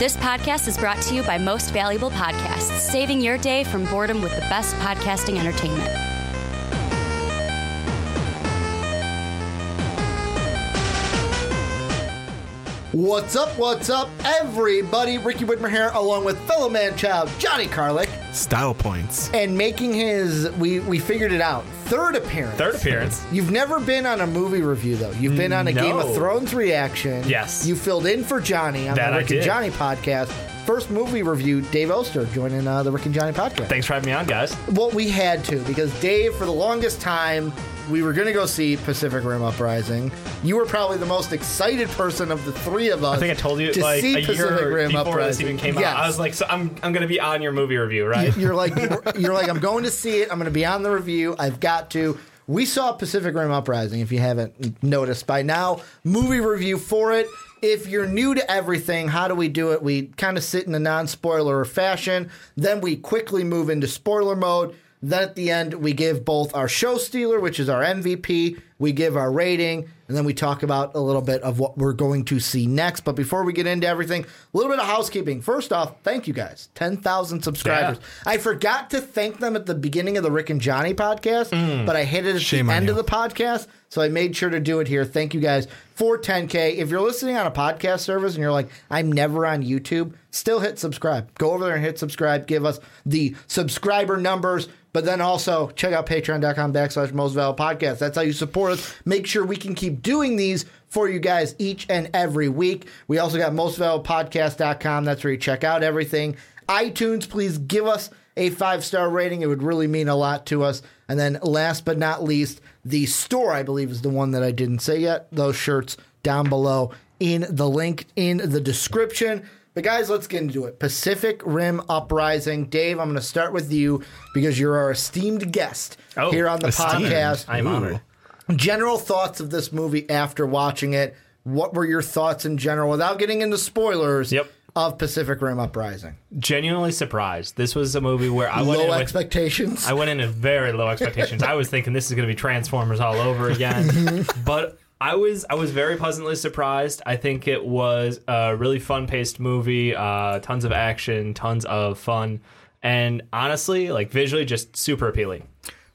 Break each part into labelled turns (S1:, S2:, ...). S1: This podcast is brought to you by Most Valuable Podcasts, saving your day from boredom with the best podcasting entertainment.
S2: What's up, what's up, everybody? Ricky Whitmer here, along with fellow man child Johnny Carlick,
S3: Style points.
S2: and making his, we, we figured it out, third appearance.
S4: Third appearance.
S2: You've never been on a movie review, though. You've been on a
S4: No.
S2: Game of Thrones reaction.
S4: Yes.
S2: You filled in for Johnny on
S4: That
S2: the
S4: I
S2: Rick and
S4: did.
S2: Johnny podcast. First movie review, Dave Oster joining uh, the Rick and Johnny podcast.
S4: Thanks for having me on, guys.
S2: Well, we had to because Dave, for the longest time, we were going to go see Pacific Rim Uprising. You were probably the most excited person of the three of us.
S4: I think I told you
S2: to
S4: like
S2: see
S4: a
S2: Pacific
S4: year
S2: Rim
S4: before this
S2: Uprising.
S4: even came
S2: Yes.
S4: out. I was like, so I'm I'm gonna be on your movie review, right?
S2: You- you're like, you're like, I'm going to see it. I'm going to be on the review. I've got to. We saw Pacific Rim Uprising. If you haven't noticed by now, movie review for it. If you're new to everything, how do we do it? We kind of sit in a non-spoiler fashion. Then we quickly move into spoiler mode. Then at the end, we give both our show stealer, which is our MVP, we give our rating, and then we talk about a little bit of what we're going to see next. But before we get into everything, a little bit of housekeeping. First off, thank you guys. 10,000 subscribers. I forgot to thank them at the beginning of the Rick and Johnny podcast, but I hit it at
S3: Mm. Shame
S2: the
S3: on
S2: end
S3: you.
S2: of the podcast. So I made sure to do it here. Thank you guys for 10K. If you're listening on a podcast service and you're like, I'm never on YouTube, still hit subscribe. Go over there and hit subscribe. Give us the subscriber numbers. But then also check out patreon.com backslash most valid podcast. That's how you support us. Make sure we can keep doing these for you guys each and every week. We also got mostvaluablepodcast.com. That's where you check out everything. iTunes, please give us a five star rating. It would really mean a lot to us. And then last but not least, the store, I believe, is the one that I didn't say yet. Those shirts down below in the link in the description. But guys, let's get into it. Pacific Rim Uprising. Dave, I'm going to start with you because you're our esteemed guest
S4: Oh,
S2: here on the
S3: esteemed.
S2: podcast
S4: I'm honored.
S2: general thoughts of this movie after watching it. What were your thoughts in general, without getting into spoilers?
S4: Yep.
S2: Of Pacific Rim Uprising,
S4: Genuinely surprised. This was a movie where I went
S2: low
S4: in with
S2: expectations.
S4: I went in at very low expectations. I was thinking this is going to be Transformers all over again,
S2: Mm-hmm.
S4: but I was I was very pleasantly surprised. I think it was a really fun paced movie, uh, tons of action, tons of fun, and honestly, like visually, just super appealing.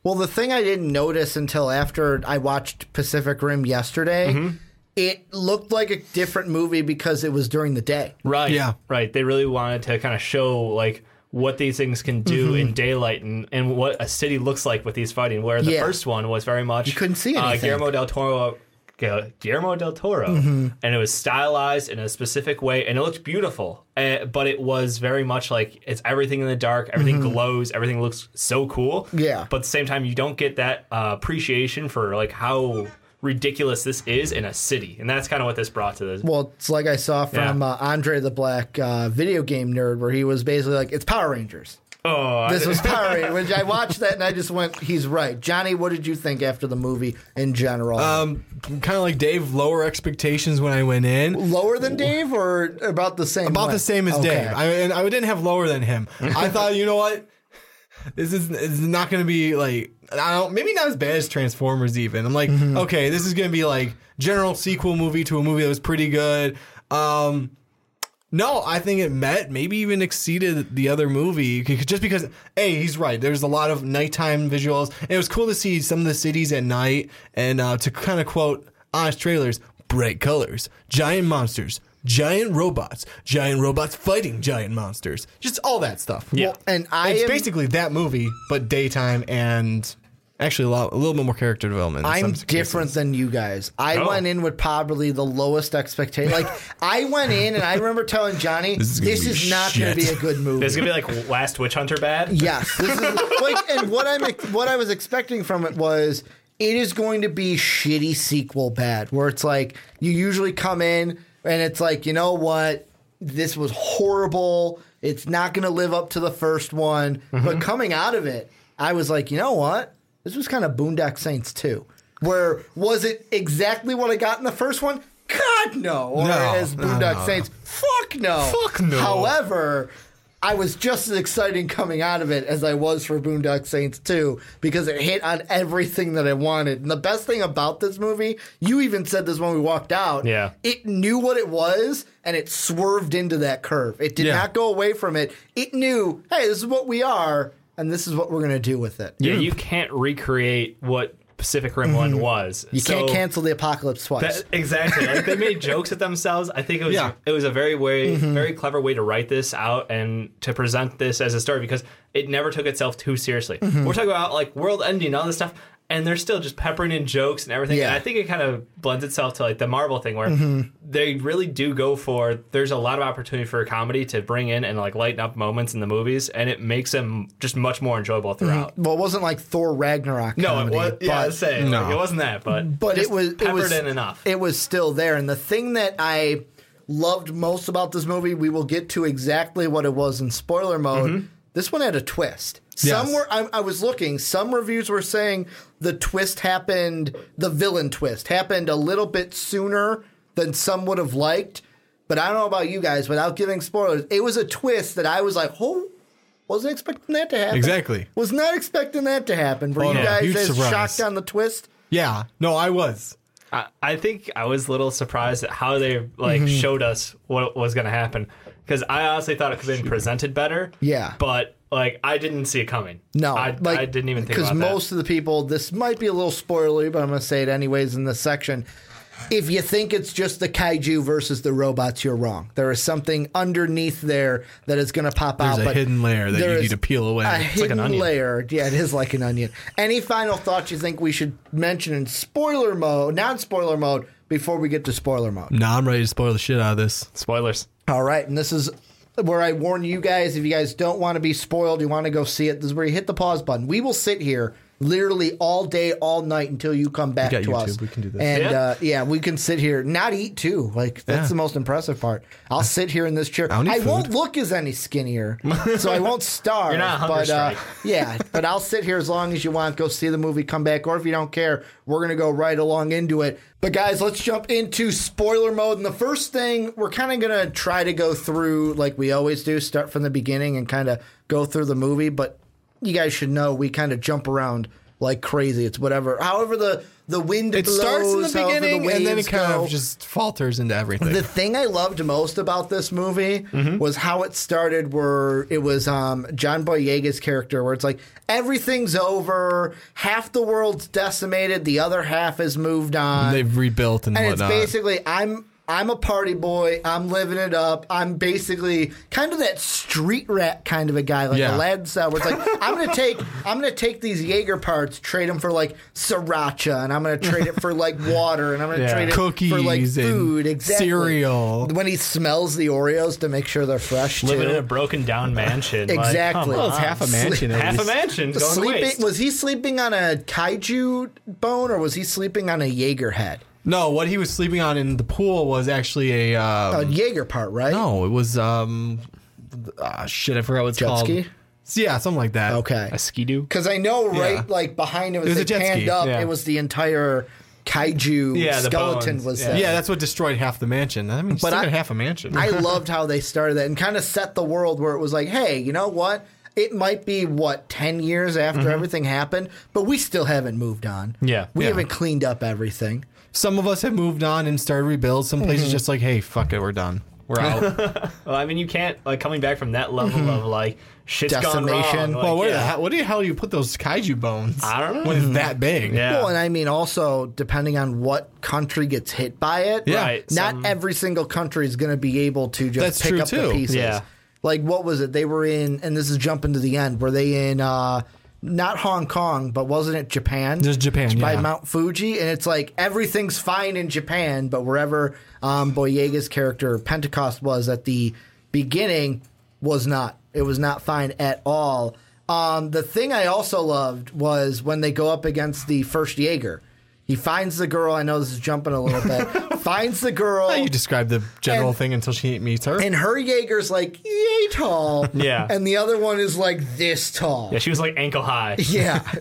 S2: well, the thing I didn't notice until after I watched Pacific Rim yesterday,
S4: Mm-hmm.
S2: it looked like a different movie because it was during the day.
S4: Right.
S3: Yeah.
S4: Right. They really wanted to kind of show like what these things can do
S2: Mm-hmm.
S4: in daylight and, and what a city looks like with these fighting. Where the
S2: Yeah.
S4: first one was very much you
S2: couldn't see
S4: uh,
S2: anything. Mm-hmm.
S4: Guillermo del Toro. Gu- Guillermo del Toro, and it was stylized in a specific way, and it looked beautiful. Uh, but it was very much like it's everything in the dark, everything glows, everything looks so cool.
S2: Mm-hmm. Yeah.
S4: But at the same time, you don't get that uh, appreciation for like how ridiculous this is in a city, and that's kind of what this brought to this.
S2: Well, it's like I saw from
S4: Yeah.
S2: uh, Andre the Black, uh, video game nerd, where he was basically like, "It's Power Rangers."
S4: Oh, I-
S2: This was Power Rangers. Which I watched that and I just went, "He's right." Johnny, what did you think after the movie in general?
S3: Um, kind of like Dave, lower expectations when I went in.
S2: lower than Dave or about the same?
S3: About
S2: way?
S3: the same as
S2: Okay.
S3: Dave. I and I didn't have lower than him. I thought, you know what? This is, this is not going to be like I don't maybe not as bad as Transformers even. I'm like, okay, this is going to be like general sequel movie to a movie that was pretty good. Um no, I think it met, maybe even exceeded the other movie. c- Just because, hey, he's right. There's a lot of nighttime visuals. And it was cool to see some of the cities at night. And uh, to kind of quote honest trailers, bright colors, giant monsters, giant robots, giant robots fighting giant monsters, just all that stuff.
S4: Yeah.
S2: and I
S3: it's
S2: am,
S3: basically that movie, but daytime and actually a, lot, a little bit more character development. in
S2: I'm
S3: some cases.
S2: different than you guys. I
S4: Oh.
S2: went in with probably the lowest expectation. Like I went in and I remember telling Johnny, "This is,
S3: is gonna be
S2: not going to be a
S3: shit."
S2: good movie."
S4: This is gonna be like Last Witch Hunter bad.
S2: Yes, this is like, and what I'm ex- what I was expecting from it was it is going to be shitty sequel bad, where it's like you usually come in and it's like you know what this was horrible. It's not going to live up to the first one,
S3: Mm-hmm.
S2: but coming out of it, I was like, you know what, this was kind of Boondock Saints too. Where was it exactly what I got in the first one? God no! Or
S3: No,
S2: as
S3: no,
S2: Boondock
S3: no, no.
S2: Saints, fuck no.
S4: Fuck no.
S2: However, I was just as excited coming out of it as I was for Boondock Saints 2 because it hit on everything that I wanted. And the best thing about this movie, you even said this when we walked out.
S4: Yeah.
S2: It knew what it was and it swerved into that curve. It did
S3: Yeah.
S2: not go away from it. It knew, hey, this is what we are and this is what we're going to do with it.
S4: Yeah, you can't recreate what Pacific Rim One was.
S2: Mm-hmm. You can't cancel the apocalypse twice.
S4: That, exactly. Like they made jokes at themselves. I think it was
S3: Yeah.
S4: it was a very way
S2: Mm-hmm.
S4: very clever way to write this out and to present this as a story because it never took itself too seriously.
S2: Mm-hmm.
S4: We're talking about like world ending and all this stuff and they're still just peppering in jokes and everything. And
S2: Yeah. Mm-hmm.
S4: I think it kind of blends itself to like the Marvel thing where they really do go for there's a lot of opportunity for a comedy to bring in and like lighten up moments in the movies and it makes them just much more enjoyable throughout.
S2: well, it wasn't like Thor Ragnarok.
S4: No, it
S2: Mm-hmm. comedy,
S4: was yeah,
S2: but-
S4: say
S3: No.
S4: like, it wasn't that, but
S2: but
S4: just
S2: it was it
S4: peppered
S2: was
S4: in enough.
S2: It was still there, and the thing that I loved most about this movie, we will get to exactly what it was in spoiler mode. This one had a twist. Some
S3: Mm-hmm. Yes.
S2: were I, I was looking. Some reviews were saying the twist happened, the villain twist happened a little bit sooner than some would have liked. But I don't know about you guys. Without giving spoilers, it was a twist that I was like, "Oh, wasn't expecting that to happen."
S3: Exactly.
S2: was not expecting that to happen. Were
S3: Oh,
S2: you
S3: no.
S2: guys
S3: Huge
S2: as
S3: surprise.
S2: shocked on the twist?
S3: Yeah. No, I was.
S4: I, I think I was a little surprised at how they like showed us what was going to happen because I honestly thought it could have been presented better.
S2: Yeah.
S4: but like I didn't see it coming.
S2: No,
S4: I, I didn't even think
S2: because
S4: about
S2: most of the people. This might be a little spoilery, but I'm going to say it anyways in this section. If you think it's just the kaiju versus the robots, you're wrong. There is something underneath there that is going to pop out.
S3: There's a
S2: but
S3: hidden layer that
S2: there
S3: you
S2: is
S3: need to peel away.
S2: A
S3: It's
S2: hidden
S4: like an onion.
S2: layer, yeah, it is like an onion. Any final thoughts you think we should mention in spoiler mode, non-spoiler mode, before we get to spoiler mode?
S3: Now I'm ready to spoil the shit out of this.
S4: that. Spoilers.
S2: All right, and this is where I warn you guys if you guys don't want to be spoiled, you want to go see it, this is where you hit the pause button. We will sit here literally all day, all night until you come back
S3: got
S2: to
S3: YouTube,
S2: us.
S3: we can do this.
S2: And
S4: Yeah.
S2: Uh, yeah, we can sit here, not eat too. Like, that's
S3: Yeah.
S2: the most impressive part. I'll sit here in this chair.
S3: don't need
S2: I won't
S3: food.
S2: look as any skinnier, so I won't starve.
S4: You're not a hunger
S2: but uh,
S4: strike.
S2: yeah, but I'll sit here as long as you want. Go see the movie, come back, or if you don't care, we're gonna go right along into it. But guys, let's jump into spoiler mode. And the first thing we're kind of gonna try to go through, like we always do, start from the beginning and kind of go through the movie. But you guys should know we kind of jump around like crazy. It's whatever. However, the the wind
S3: It starts in the
S2: blows, however
S3: beginning and then it
S2: waves
S3: kind
S2: go.
S3: of just falters into everything.
S2: The thing I loved most about this movie was how it started. Where it was um, John Boyega's character, where it's like everything's over, half the world's decimated, the other half has moved on,
S3: They've rebuilt and,
S2: and it's
S3: whatnot.
S2: basically I'm I'm a party boy, I'm living it up, I'm basically kind of that street rat kind of a guy, like
S3: Yeah.
S2: a lad cell, where it's like I'm gonna take I'm gonna take these Jaeger parts, trade them for like sriracha, and I'm gonna trade it for like water, and I'm gonna
S4: Yeah.
S2: trade it
S3: Cookies
S2: for like
S3: and
S2: food, exactly
S3: cereal.
S2: when he smells the Oreos to make sure they're fresh.
S4: Living
S2: too.
S4: in a broken down mansion. like,
S2: Exactly.
S4: come
S2: Well,
S4: on.
S2: it's
S3: half a mansion. at
S4: half a
S3: least.
S4: mansion going to
S2: sleeping
S4: waste.
S2: was he sleeping on a kaiju bone or was he sleeping on a Jaeger head?
S3: No, what he was sleeping on in the pool was actually a. Um,
S2: A Jaeger part, right?
S3: No, it was um, ah, shit. I forgot what it's
S2: Jet
S3: called.
S2: ski?
S3: Yeah, something like that.
S2: Okay.
S4: a skidoo.
S2: Because I know right
S3: Yeah.
S2: like behind him as
S3: was
S2: they
S3: a jet
S2: panned
S3: ski,
S2: up,
S4: yeah.
S2: it was the entire kaiju
S4: Yeah, the
S2: skeleton
S4: bones,
S2: was
S4: yeah.
S2: there.
S3: Yeah, that's what destroyed half the mansion. I mean, but
S2: I-
S3: I, half a mansion.
S2: I loved how they started that and kind of set the world where it was like, hey, you know what? It might be what ten years after everything happened, but we still haven't moved on.
S4: Yeah.
S2: we
S3: Mm-hmm. Yeah.
S2: haven't cleaned up everything.
S3: Some of us have moved on and started rebuild. Some places
S2: Mm-hmm.
S3: just like, hey, fuck it, we're done. We're out.
S4: Well, I mean, you can't like coming back from that level of like shit's gone wrong.
S2: Decimation.
S4: Like,
S3: well, where the
S4: yeah.
S3: hell, what the hell do you put those kaiju bones?
S4: I don't know.
S3: When it's that big.
S4: Yeah.
S2: Well, and I mean also depending on what country gets hit by it.
S3: Yeah.
S4: Right,
S2: Not
S4: some-
S2: every single country is going to be able to just
S3: That's
S2: pick
S3: true,
S2: up the
S3: too.
S2: pieces.
S4: Yeah.
S2: Like what was it? They were in, and this is jumping to the end. Were they in? uh not Hong Kong, but wasn't it Japan?
S3: Just Japan,
S2: by
S3: yeah.
S2: Mount Fuji, and it's like everything's fine in Japan, but wherever um, Boyega's character Pentecost was at the beginning was not. It was not fine at all. Um, the thing I also loved was when they go up against the first Jaeger. He finds the girl. I know this is jumping a little bit. finds the girl.
S3: Well, You described the general
S2: And-
S3: thing until she meets her.
S2: and her Jaeger's like yay tall,
S4: Yeah.
S2: and the other one is like this tall,
S4: yeah, she was like ankle high.
S2: yeah.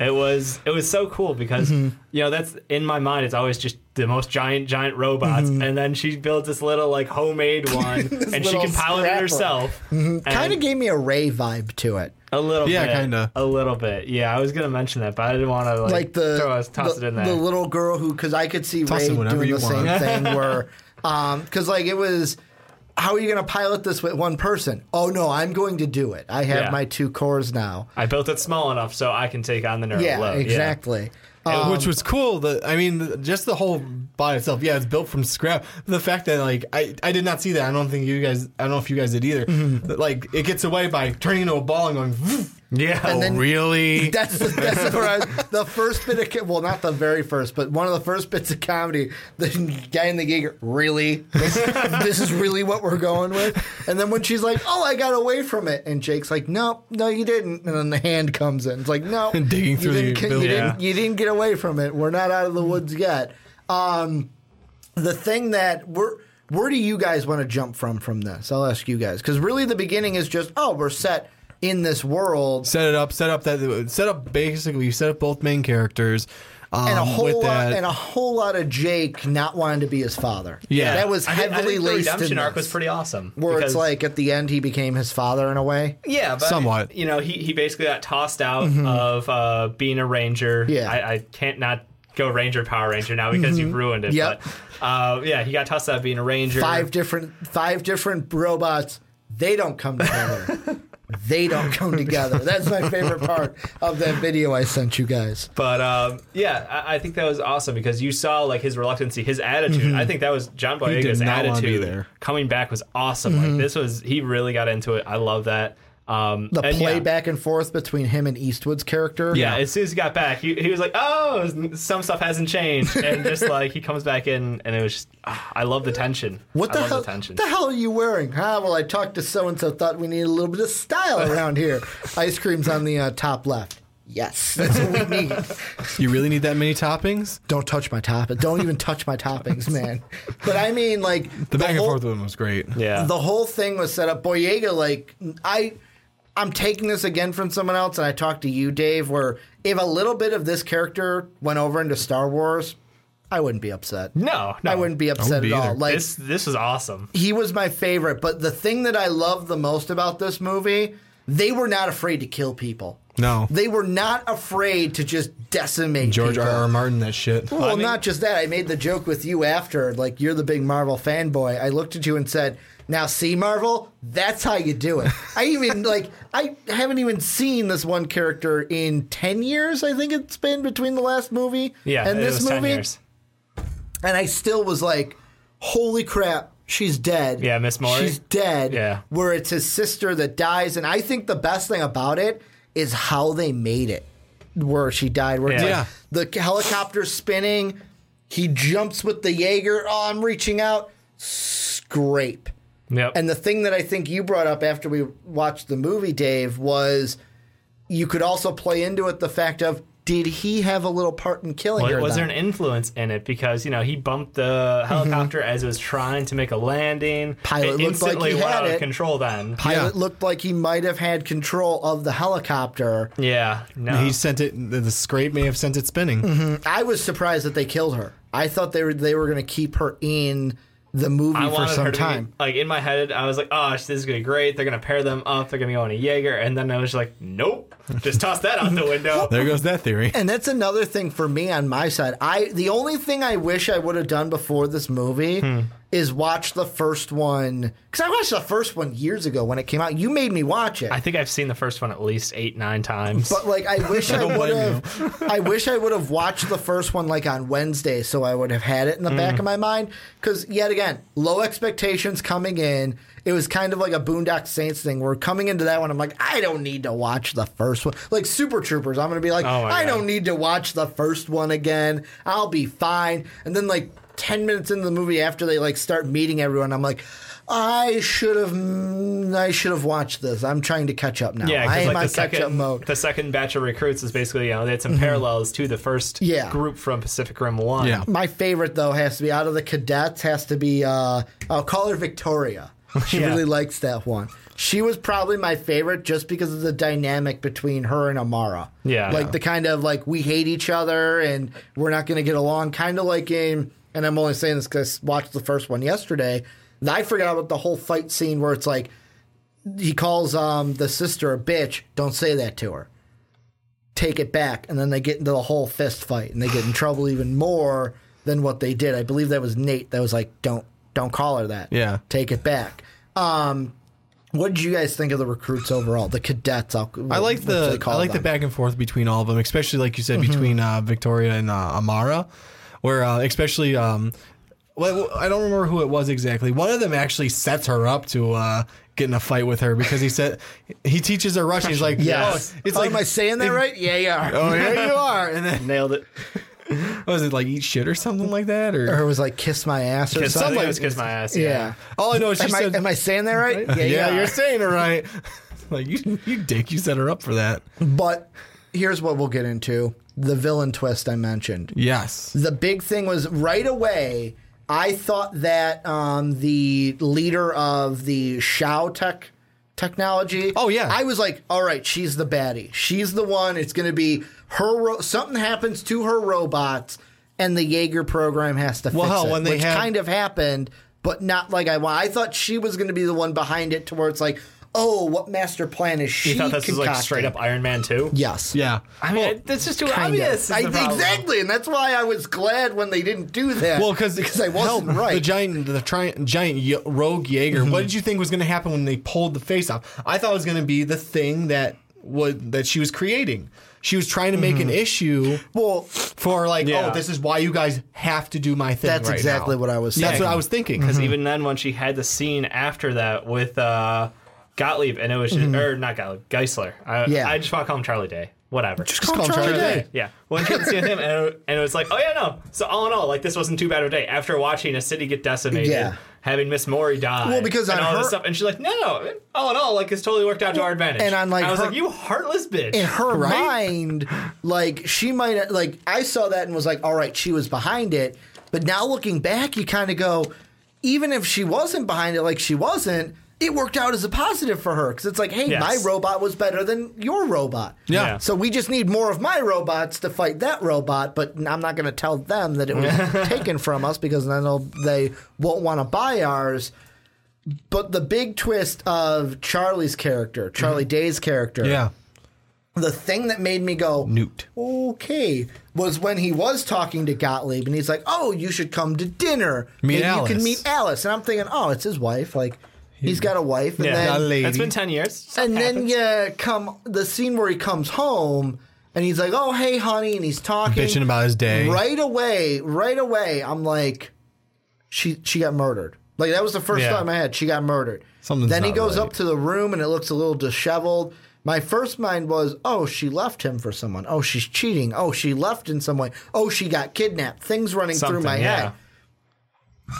S4: It was it was so cool because
S2: Mm-hmm.
S4: you know that's in my mind. It's always just the most giant giant robots, and then she builds this little like homemade one, and she
S2: Mm-hmm. little
S4: can pilot
S2: scrapper.
S4: it
S2: Mm-hmm.
S4: herself.
S2: Kind of
S4: And-
S2: gave me a Ray vibe to it.
S4: a little
S3: Yeah,
S4: bit.
S3: kinda.
S4: A little bit. Yeah, I was gonna mention that, but I didn't want to like,
S2: like the
S4: throw us toss
S2: the,
S4: it in there.
S2: the little girl who because I could see
S3: Toss
S2: Ray
S3: it
S2: doing
S3: whenever
S2: the
S3: you
S2: same
S3: want.
S2: thing where um because like it was how are you going to pilot this with one person? Oh no, I'm going to do it. I have
S4: Yeah.
S2: my two cores now.
S4: I built it small enough so I can take on the neural
S2: Yeah,
S4: load.
S2: exactly. Um,
S3: which was cool. The I mean, the, just the whole by itself. Yeah, it's built from scrap. The fact that like I, I did not see that. I don't think you guys. I don't know if you guys did either.
S4: Mm-hmm.
S3: That, like it gets away by turning into a ball and going. Voof.
S4: Yeah.
S3: oh,
S2: then-
S3: really?
S2: That's the, that's the, part I- the first bit of co- well, not the very first, but one of the first bits of comedy. The guy in the gig, really, this, this is really what we're going with. And then when she's like, "Oh, I got away from it," and Jake's like, "No, no, you didn't." And then the hand comes in. It's like, "No,
S3: Digging
S2: you
S3: through the
S2: didn't, ca- you
S3: building.
S2: didn't, you didn't get away from it. We're not out of the woods yet." Um, the thing that we're. Where do you guys want to jump from from this? I'll ask you guys because really the beginning is just oh we're set in this world
S3: set it up. Set up that. Set up basically. Set up both main characters. Um,
S2: and a whole
S3: with
S2: lot,
S3: that,
S2: and a whole lot of Jake not wanting to be his father.
S3: Yeah.
S2: that was
S4: I think,
S2: heavily
S4: I think the
S2: laced
S4: redemption
S2: in
S4: arc
S2: this,
S4: was pretty awesome.
S2: where
S4: because-
S2: it's like at the end he became his father in a way.
S4: Yeah, but
S3: Somewhat. Mm-hmm.
S4: You know, he, he basically got tossed out of uh, being a ranger.
S2: Yeah.
S4: I, I can't not go ranger power ranger now because
S3: Mm-hmm.
S4: you've ruined it.
S2: Yep.
S4: But uh, yeah, he got tossed out of being a ranger.
S2: Five different five different robots. They don't come together. they don't come together. That's my favorite part of that video I sent you guys.
S4: But um, yeah, I, I think that was awesome because you saw like his reluctancy, his attitude. I think that was John
S3: Mm-hmm. did
S4: Boyega's
S3: not wanna be
S4: attitude
S3: there. Mm-hmm.
S4: coming back was awesome. Like this was he really got into it. I love that. Um,
S2: The
S4: and
S2: play
S4: yeah.
S2: back and forth between him and Eastwood's character.
S4: Yeah, as soon as he got back, he, he was like, "Oh, some stuff hasn't changed," and just like he comes back in, and it was just, ah, I love the tension.
S2: What
S4: I
S2: the
S4: love
S2: hell?
S4: The tension.
S2: the hell are you wearing? Ah, well, I talked to so and so. Thought we needed a little bit of style around here. Ice cream's on the uh, top left. Yes, that's what we need.
S3: you really need that many toppings.
S2: don't touch my toppings. Don't even touch my toppings, man. But I mean, like
S3: The, back
S2: whole,
S3: and forth one was great.
S4: yeah,
S2: The whole thing was set up. Boyega, like I, I'm taking this again from someone else, and I talked to you, Dave. Where if a little bit of this character went over into Star Wars, I wouldn't be upset.
S4: no, no,
S2: I wouldn't be upset at
S3: be
S2: all.
S3: either.
S2: Like
S4: This this was awesome.
S2: he was my favorite. But the thing that I love the most about this movie, they were not afraid to kill people.
S3: No.
S2: They were not afraid to just decimate
S3: George R.
S2: people.
S3: R. Martin, that shit.
S2: Well, not just that. I made the joke with you after, like you're the big Marvel fanboy. I looked at you and said, "Now see Marvel, that's how you do it." I even like I haven't even seen this one character in ten years. I think it's been between the last movie
S4: Yeah,
S2: and
S4: it
S2: this
S4: was
S2: movie,
S4: ten years.
S2: and I still was like, "Holy crap, she's dead."
S4: Yeah, Miss Mori.
S2: She's dead.
S4: Yeah.
S2: where it's his sister that dies, and I think the best thing about it is how they made it. Where she died, where it's
S4: Yeah.
S2: like, the
S3: Yeah.
S2: helicopter's spinning. He jumps with the Jaeger. Oh, I'm reaching out. Scrape.
S4: Yep.
S2: And the thing that I think you brought up after we watched the movie, Dave, was you could also play into it the fact of did he have a little part in killing
S4: was,
S2: her?
S4: was there
S2: then?
S4: an influence in it because you know he bumped the helicopter as it was trying to make a landing.
S2: Mm-hmm. Pilot looked
S4: it
S2: like
S4: instantly
S2: he
S4: went
S2: had
S4: out
S2: it.
S4: of control. Then
S2: Pilot
S3: Yeah.
S2: looked like he might have had control of the helicopter.
S4: yeah, no,
S3: He sent it. The, the scrape may have sent it spinning.
S2: I was surprised that they killed her. I thought they were they were going to keep her in the movie
S4: I
S2: for
S4: wanted her
S2: some
S4: to
S2: time.
S4: Be, like in my head, I was like, "Oh, this is gonna be great. They're gonna pair them up. They're gonna go on a Jaeger." And then I was like, "Nope, just toss that out the window."
S3: There goes that theory.
S2: And that's another thing for me on my side. I the only thing I wish I would have done before this movie
S4: Hmm.
S2: is watch the first one because I watched the first one years ago when it came out. You made me watch it.
S4: I think I've seen the first one at least eight, nine times.
S2: but like I wish I would have I wish I would have watched the first one like on Wednesday so I would have had it in the
S4: Mm.
S2: back of my mind cuz yet again low expectations coming in it was kind of like a Boondock Saints thing where coming into that one I'm like I don't need to watch the first one like Super Troopers I'm going to be like
S4: Oh my
S2: I
S4: God.
S2: don't need to watch the first one again I'll be fine and then like 10 minutes into the movie after they like start meeting everyone I'm like I should have I should have watched this. I'm trying to catch up now.
S4: yeah,
S2: I
S4: because
S2: am
S4: like
S2: on
S4: the
S2: catch up
S4: second,
S2: mode. Mm-hmm.
S4: the second batch of recruits is basically you know they had some parallels to the first
S2: Yeah.
S4: group from Pacific Rim One.
S3: Yeah.
S2: My favorite though has to be out of the cadets has to be uh, I'll call her oh, Victoria. She
S4: Oh, Yeah.
S2: really likes that one. She was probably my favorite just because of the dynamic between her and Amara.
S4: Yeah, I
S2: Like
S4: know.
S2: the kind of like we hate each other and we're not going to get along. Kind of like in, and I'm only saying this because I watched the first one yesterday. and I forgot about the whole fight scene where it's like he calls um, the sister a bitch. Don't say that to her. Take it back. And then they get into the whole fist fight and they get in trouble even more than what they did. I believe that was Nate that was like, don't don't call her that.
S3: Yeah.
S2: Take it back. Um, what did you guys think of the recruits overall? The cadets. I'll,
S3: I like the I like the back and forth between all of them, especially like you said
S2: Mm-hmm.
S3: between uh, Victoria and uh, Amara, where uh, especially um, well, I don't remember who it was exactly. One of them actually sets her up to uh, get in a fight with her because he said he teaches her Russian. He's like,
S2: Yes.
S3: oh, it's
S2: Oh,
S3: like
S2: am I saying that right? Yeah, yeah.
S3: Oh, here you are, and then
S4: Nailed it.
S3: what was it like eat shit or something like that, or
S2: Or it was like kiss my ass or
S4: Kiss,
S2: something.
S4: I think it was kiss my ass.
S2: yeah.
S4: Yeah.
S3: all I know is she
S2: Am,
S3: said,
S2: I, am I saying that right?
S3: "Yeah,
S2: you are.
S3: you're saying it right." like you, you dick, you set her up for that.
S2: But here's what we'll get into the villain twist I mentioned.
S3: Yes,
S2: The big thing was right away, I thought that um, the leader of the Shao Tech technology.
S3: Oh, yeah.
S2: I was like, all right, she's the baddie. She's the one. It's going to be her. Ro- something happens to her robots, and the Jaeger program has to
S3: Well,
S2: fix
S3: hell,
S2: it,
S3: when they
S2: which
S3: had-
S2: kind of happened, but not like I want. I thought she was going to be the one behind it, to where it's like, oh, what master plan is she?
S4: You thought this was like
S2: concocting?
S4: straight up Iron Man 2?
S2: Yes.
S3: yeah.
S4: I mean, that's just too
S2: Kind of.
S4: obvious. is
S2: I-
S4: the problem.
S2: exactly, and that's why I was glad when they didn't do that.
S3: Well, because
S2: I wasn't right. Mm-hmm.
S3: The giant, the tri- giant y- rogue Jaeger. What did you think was going to happen when they pulled the face off? I thought it was going to be the thing that would that she was creating. She was trying to make
S2: Mm-hmm.
S3: an issue
S2: well,
S3: for like,
S4: Yeah.
S3: oh, this is why you guys have to do my thing.
S2: That's
S3: right
S2: exactly
S3: now.
S2: what I was
S3: That's
S2: thinking. Mm-hmm.
S3: what I was thinking.
S4: Because even then, when she had the scene after that with uh, Gottlieb, and it was just, or not Gottlieb, Geisler. I,
S2: Mm-hmm. Yeah.
S4: I just want to call him Charlie Day. Whatever.
S3: Just call him Charlie Day.
S4: yeah. When she had the scene with him, and it, and it was like, oh yeah, no. So all in all, like this wasn't too bad of a day. After watching a city get decimated,
S2: Yeah.
S4: having Miss Mori die,
S2: Well, because
S4: and
S2: on
S4: all this
S2: her-
S4: stuff, and she's like, no, no. All in all, like it's totally worked out to our advantage.
S2: and on, like,
S4: I was
S2: her-
S4: like, you heartless bitch.
S2: in her
S3: Right?
S2: mind, like she might like I saw that and was like, all right, she was behind it. But now looking back, you kind of go, even if she wasn't behind it, like she wasn't, it worked out as a positive for her because it's like, hey,
S4: Yes.
S2: my robot was better than your robot.
S3: Yeah.
S4: Yeah.
S2: So we just need more of my robots to fight that robot, but I'm not going to tell them that it was taken from us because then they'll, they won't want to buy ours. But the big twist of Charlie's character,
S3: Mm-hmm.
S2: Charlie Day's character,
S3: Yeah.
S2: the thing that made me go
S3: Newt.
S2: okay was when he was talking to Gottlieb and he's like, "Oh, you should come to dinner. and
S3: Meet
S2: You can
S3: Alice."
S2: meet Alice." And I'm thinking, "Oh, it's his wife. Like he's got a wife." And
S4: yeah.
S2: then
S3: Gottlieb. lady.
S4: It's been ten years.
S2: and then you come the scene where he comes home and he's like, "Oh, hey, honey," and he's talking
S3: Bitching about his day.
S2: Right away, right away, I'm like, she she got murdered. Like that was the first
S4: Yeah.
S2: thought in my head. She got murdered.
S3: Something's
S2: then he
S3: not
S2: goes
S3: right.
S2: up to the room and it looks a little disheveled. My first mind was, oh, she left him for someone. Oh, she's cheating. Oh, she left in some way. Oh, she got kidnapped. Things running
S4: Something,
S2: through my
S4: yeah.
S2: head.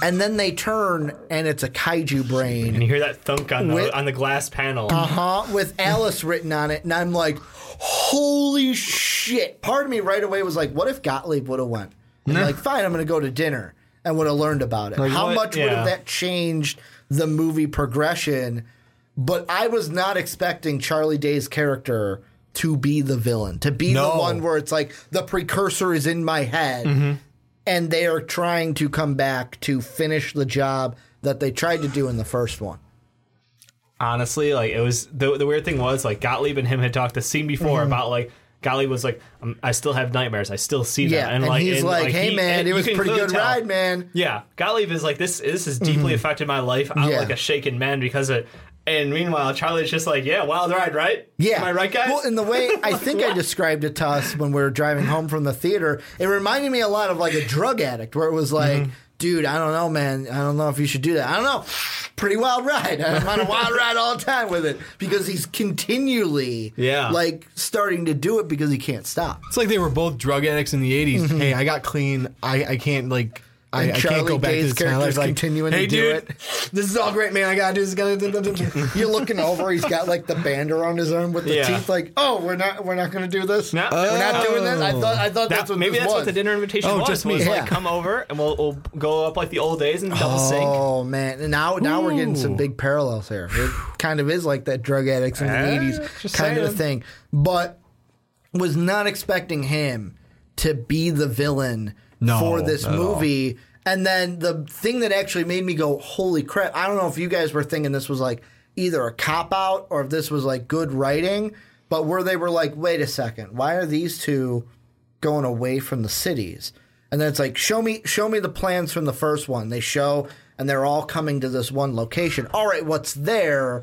S2: And then they turn and it's a kaiju brain.
S4: And you hear that thunk on the
S2: With-
S4: on the glass panel.
S2: Uh huh. With Alice written on it, and I'm like, holy shit! Part of me right away was like, what if Gottlieb would have went? And like, fine, I'm gonna go to dinner and would have learned about it. How
S4: what-
S2: much would
S4: yeah.
S2: have that changed the movie progression? But I was not expecting Charlie Day's character to be the villain, to be
S3: No.
S2: the one where it's like the precursor is in my head
S4: Mm-hmm.
S2: and they are trying to come back to finish the job that they tried to do in the first one.
S4: honestly, like it was the, the weird thing was like Gottlieb and him had talked the scene before
S2: Mm-hmm.
S4: about like Gottlieb was like um, I still have nightmares, I still see them,
S2: Yeah, and,
S4: like
S2: he's
S4: and,
S2: like, "Hey
S4: he-
S2: man,
S4: and
S2: it
S4: you
S2: was a
S4: can
S2: pretty
S4: clearly
S2: good
S4: tell.
S2: ride, man." Mm-hmm.
S4: Yeah, Gottlieb is like this. This has deeply affected my life. I'm
S2: Yeah.
S4: like a shaken man because of. And meanwhile, Charlie's just like, yeah, wild ride, right?
S2: Yeah,
S4: am I right, guys?
S2: Well, in the way I think I described it to us when we were driving home from the theater, it reminded me a lot of like a drug addict, where it was
S4: Mm-hmm.
S2: like, "Dude, I don't know, man. I don't know if you should do that. I don't know. Pretty wild ride. I'm on a wild ride all the time with it because he's continually,
S4: Yeah.
S2: like starting to do it because he can't stop." Mm-hmm.
S3: It's like they were both drug addicts in the 80s. Hey, I got clean. I, I can't like I, I can't go back to this town. I
S2: characters
S3: was like,
S2: continuing to
S3: hey,
S2: do
S3: dude, this is all great, man. I gotta do this. Gotta do, do, do, do."
S2: it. You're looking over. He's got like the band around his arm with the
S4: Yeah.
S2: teeth. Like, oh, we're not, we're not going to do this.
S4: No.
S2: We're not doing this. I
S3: Oh.
S2: thought, I thought
S4: That-
S2: that's what
S4: maybe
S2: this
S4: that's
S2: was.
S4: what the dinner invitation
S3: Oh,
S4: was.
S3: just me.
S4: was
S2: Yeah.
S4: like, come over and we'll, we'll go up like the old days and double sync.
S2: Oh man! And Now, now we're getting some
S4: Ooh.
S2: big parallels here. It kind of is like that drug addicts in the
S4: Eh,
S2: eighties
S3: just
S2: kind of
S3: saying.
S2: thing. But was not expecting him to be the villain
S3: No,
S2: for this
S3: not at all.
S2: movie. And then the thing that actually made me go, "Holy crap!" I don't know if you guys were thinking this was like either a cop out or if this was like good writing, but where they were like, "Wait a second, why are these two going away from the cities?" And then it's like, "Show me, show me the plans from the first one." They show, and they're all coming to this one location. All right, what's there?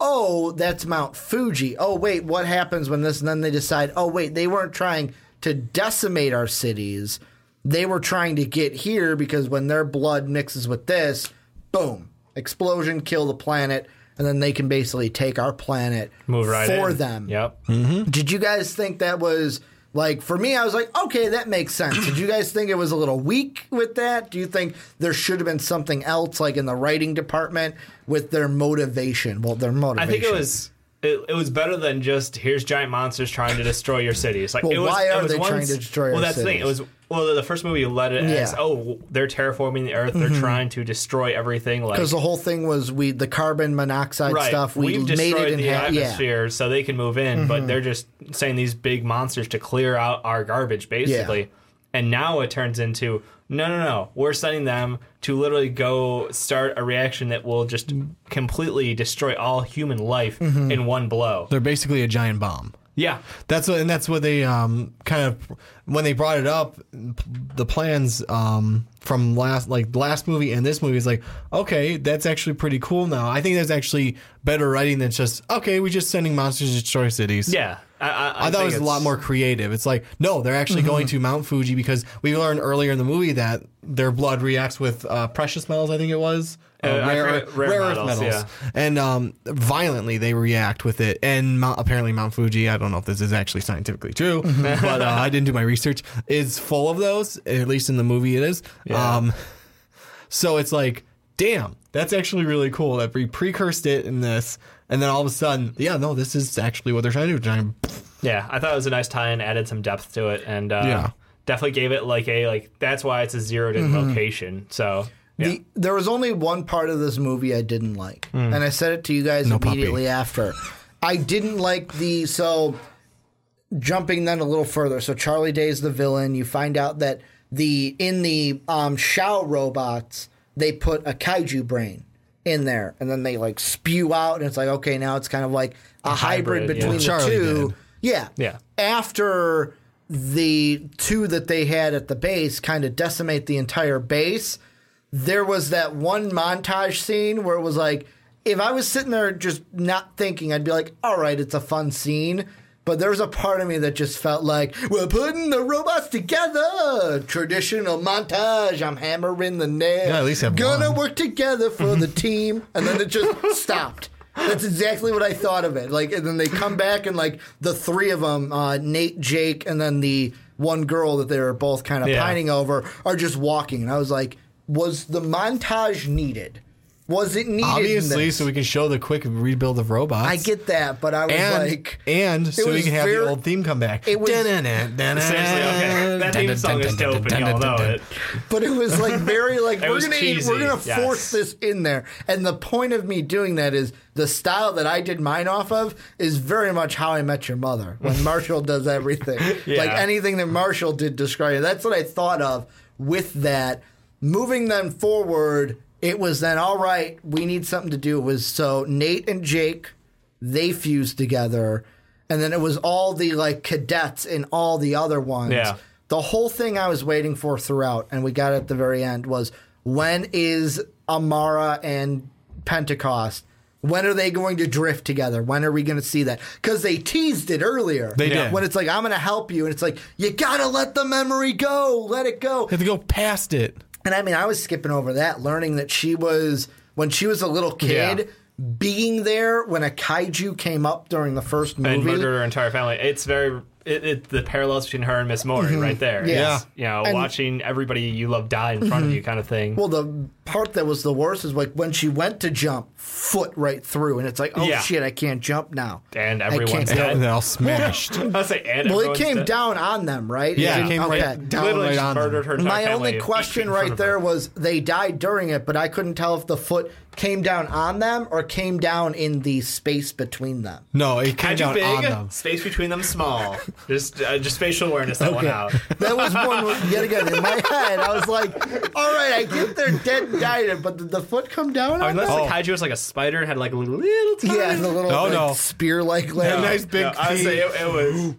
S2: oh, that's Mount Fuji. Oh, wait, what happens when this? And then they decide, oh, wait, they weren't trying to decimate our cities. They were trying to get here because when their blood mixes with this, boom, explosion, kill the planet. And then they can basically take our planet
S4: Move right
S2: for
S4: in.
S2: them.
S4: Yep.
S2: Did you guys think that was like for me? I was like, okay, that makes sense. Did you guys think it was a little weak with that? Do you think there should have been something else, like in the writing department, with their motivation? Well, their
S4: I
S2: motivation.
S4: think it was it, it was better than just here's giant monsters trying to destroy your cities. Like
S2: Well,
S4: it was,
S2: why
S4: it
S2: are
S4: was
S2: they
S4: once-
S2: trying to destroy
S4: Well,
S2: our
S4: that's the thing. It
S2: cities?
S4: was well the first movie you let it as
S2: Yeah. Mm-hmm.
S4: oh they're terraforming the earth, they're trying to destroy everything. Like
S2: because the whole thing was we the carbon monoxide
S4: right,
S2: stuff. We
S4: we've
S2: made
S4: destroyed
S2: it in
S4: the
S2: half. Yeah. Mm-hmm.
S4: atmosphere so they can move in, but they're just saying these big monsters to clear out our garbage basically. And now it turns into no, no, no. We're sending them to literally go start a reaction that will just completely destroy all human life
S2: Mm-hmm.
S4: in one blow.
S3: They're basically a giant bomb.
S4: Yeah,
S3: That's what, and that's what they um kind of when they brought it up, p- the plans um from last like last movie and this movie is like okay that's actually pretty cool now. I think that's actually better writing than just okay we're just sending monsters to destroy cities.
S4: Yeah, I, I,
S3: I, thought
S4: think
S3: it was a
S4: it's- Mm-hmm.
S3: lot more creative. It's like, no, they're actually going to Mount Fuji because we learned earlier in the movie that their blood reacts with uh, precious metals. I think it was uh,
S4: I forget- rare metals,
S3: and um, violently they react with it. And Mount, apparently Mount Fuji, I don't know if this is actually scientifically true, but uh, I didn't do my research. Is full of those, at least in the movie it is.
S4: Yeah.
S3: Um, so it's like, damn, that's actually really cool that we precursed it in this. And then all of a sudden, yeah, no, this is actually what they're trying to do. Trying to
S4: Yeah, I thought it was a nice tie-in, added some depth to it, and uh,
S3: Yeah. Mm-hmm.
S4: definitely gave it like a like. That's why it's a zeroed in location. So yeah.
S2: The, there was only one part of this movie I didn't like, and I said it to you guys
S3: puppy.
S2: immediately after. I didn't like the so jumping then a little further. So Charlie Day's the villain. You find out that the in the um, Shao robots they put a kaiju brain in there, and then they like spew out, and it's like okay, now it's kind of like a, hybrid,
S4: hybrid, yeah.
S2: between the
S3: Charlie
S2: two.
S3: did.
S2: Yeah,
S4: Yeah.
S2: After the two that they had at the base kind of decimate the entire base, there was that one montage scene where it was like, if I was sitting there just not thinking, I'd be like, all right, it's a fun scene. But there was a part of me that just felt like, we're putting the robots together. Traditional montage. I'm hammering the nail.
S3: Yeah, at least have
S2: Gonna
S3: one.
S2: work together for
S3: Mm-hmm.
S2: the team. And then it just stopped. That's exactly what I thought of it. Like, and then they come back and like the three of them, uh, Nate, Jake, and then the one girl that they were both kind of
S4: Yeah.
S2: pining over are just walking. And I was like, was the montage needed? Was it needed? in
S3: Obviously,
S2: this?
S3: so we can show the quick rebuild of robots.
S2: I get that, but I was
S3: and
S2: like,
S3: and so we
S2: was
S3: can have
S2: very-
S3: the old theme come back.
S2: it was-
S4: Seriously, okay. That theme song is dope, and y'all know it.
S2: but it was like very like we're
S4: was
S2: gonna
S4: cheesy,
S2: we're gonna
S4: yes.
S2: force this in there. And the point of me doing that is the style that I did mine off of is very much how I met your mother when Marshall does everything.
S4: Yeah.
S2: Like anything that Marshall did describe. That's what I thought of with that. Moving them forward, it was then all right, we need something to do. It was so Nate and Jake, they fused together. And then it was all the like cadets and all the other ones
S4: Yeah.
S2: the whole thing I was waiting for throughout, and we got it at the very end, was when is Amara and Pentecost? When are they going to drift together? When are we going to see that? Because they teased it earlier.
S3: They did.
S2: When it's like, I'm going to help you. And it's like, you got to let the memory go. Let it go.
S3: Have to go past it.
S2: And I mean, I was skipping over that, learning that she was, when she was a little kid, being there when a kaiju came up during the first movie.
S4: And murdered her entire family. It's very it, it, the parallels between her and Miss Mori
S3: Mm-hmm.
S4: right there.
S2: Yeah.
S4: It's, you know,
S2: And-
S4: watching everybody you love die in front
S3: Mm-hmm.
S4: of you, kind of thing.
S2: Well, the part that was the worst is like when she went to jump, foot right through, and it's like, oh
S4: Yeah.
S2: shit, I can't jump now.
S4: and everyone's
S2: can't
S3: And
S4: dead.
S3: they're all smashed.
S4: I say, and
S2: Well, it
S4: everyone's
S2: came
S4: dead.
S2: down on them, right? It
S3: Yeah, it
S2: didn't-
S3: came right
S2: okay.
S3: down
S4: Literally
S3: right
S4: just
S3: on them.
S4: murdered her. entire
S2: My
S4: family
S2: only
S4: in
S2: question
S4: front
S2: right
S4: of her.
S2: there was they died during it, but I couldn't tell if the foot came down on them or came down in the space between them.
S3: No, it came
S4: Had you
S3: down on
S4: big
S3: them.
S4: space between them small. just uh, just spatial awareness that one out.
S2: That was one where- yet again in my head. I was like, all right, I get they're dead and died, but did the foot come down? on
S4: Unless
S2: them?
S4: the kaiju was like a spider and had like a little tiny.
S2: Oh. yeah, the little
S3: No,
S4: Oh,
S2: like,
S3: no.
S2: spear-like leg.
S3: nice big
S4: I would
S3: feet.
S4: say it, it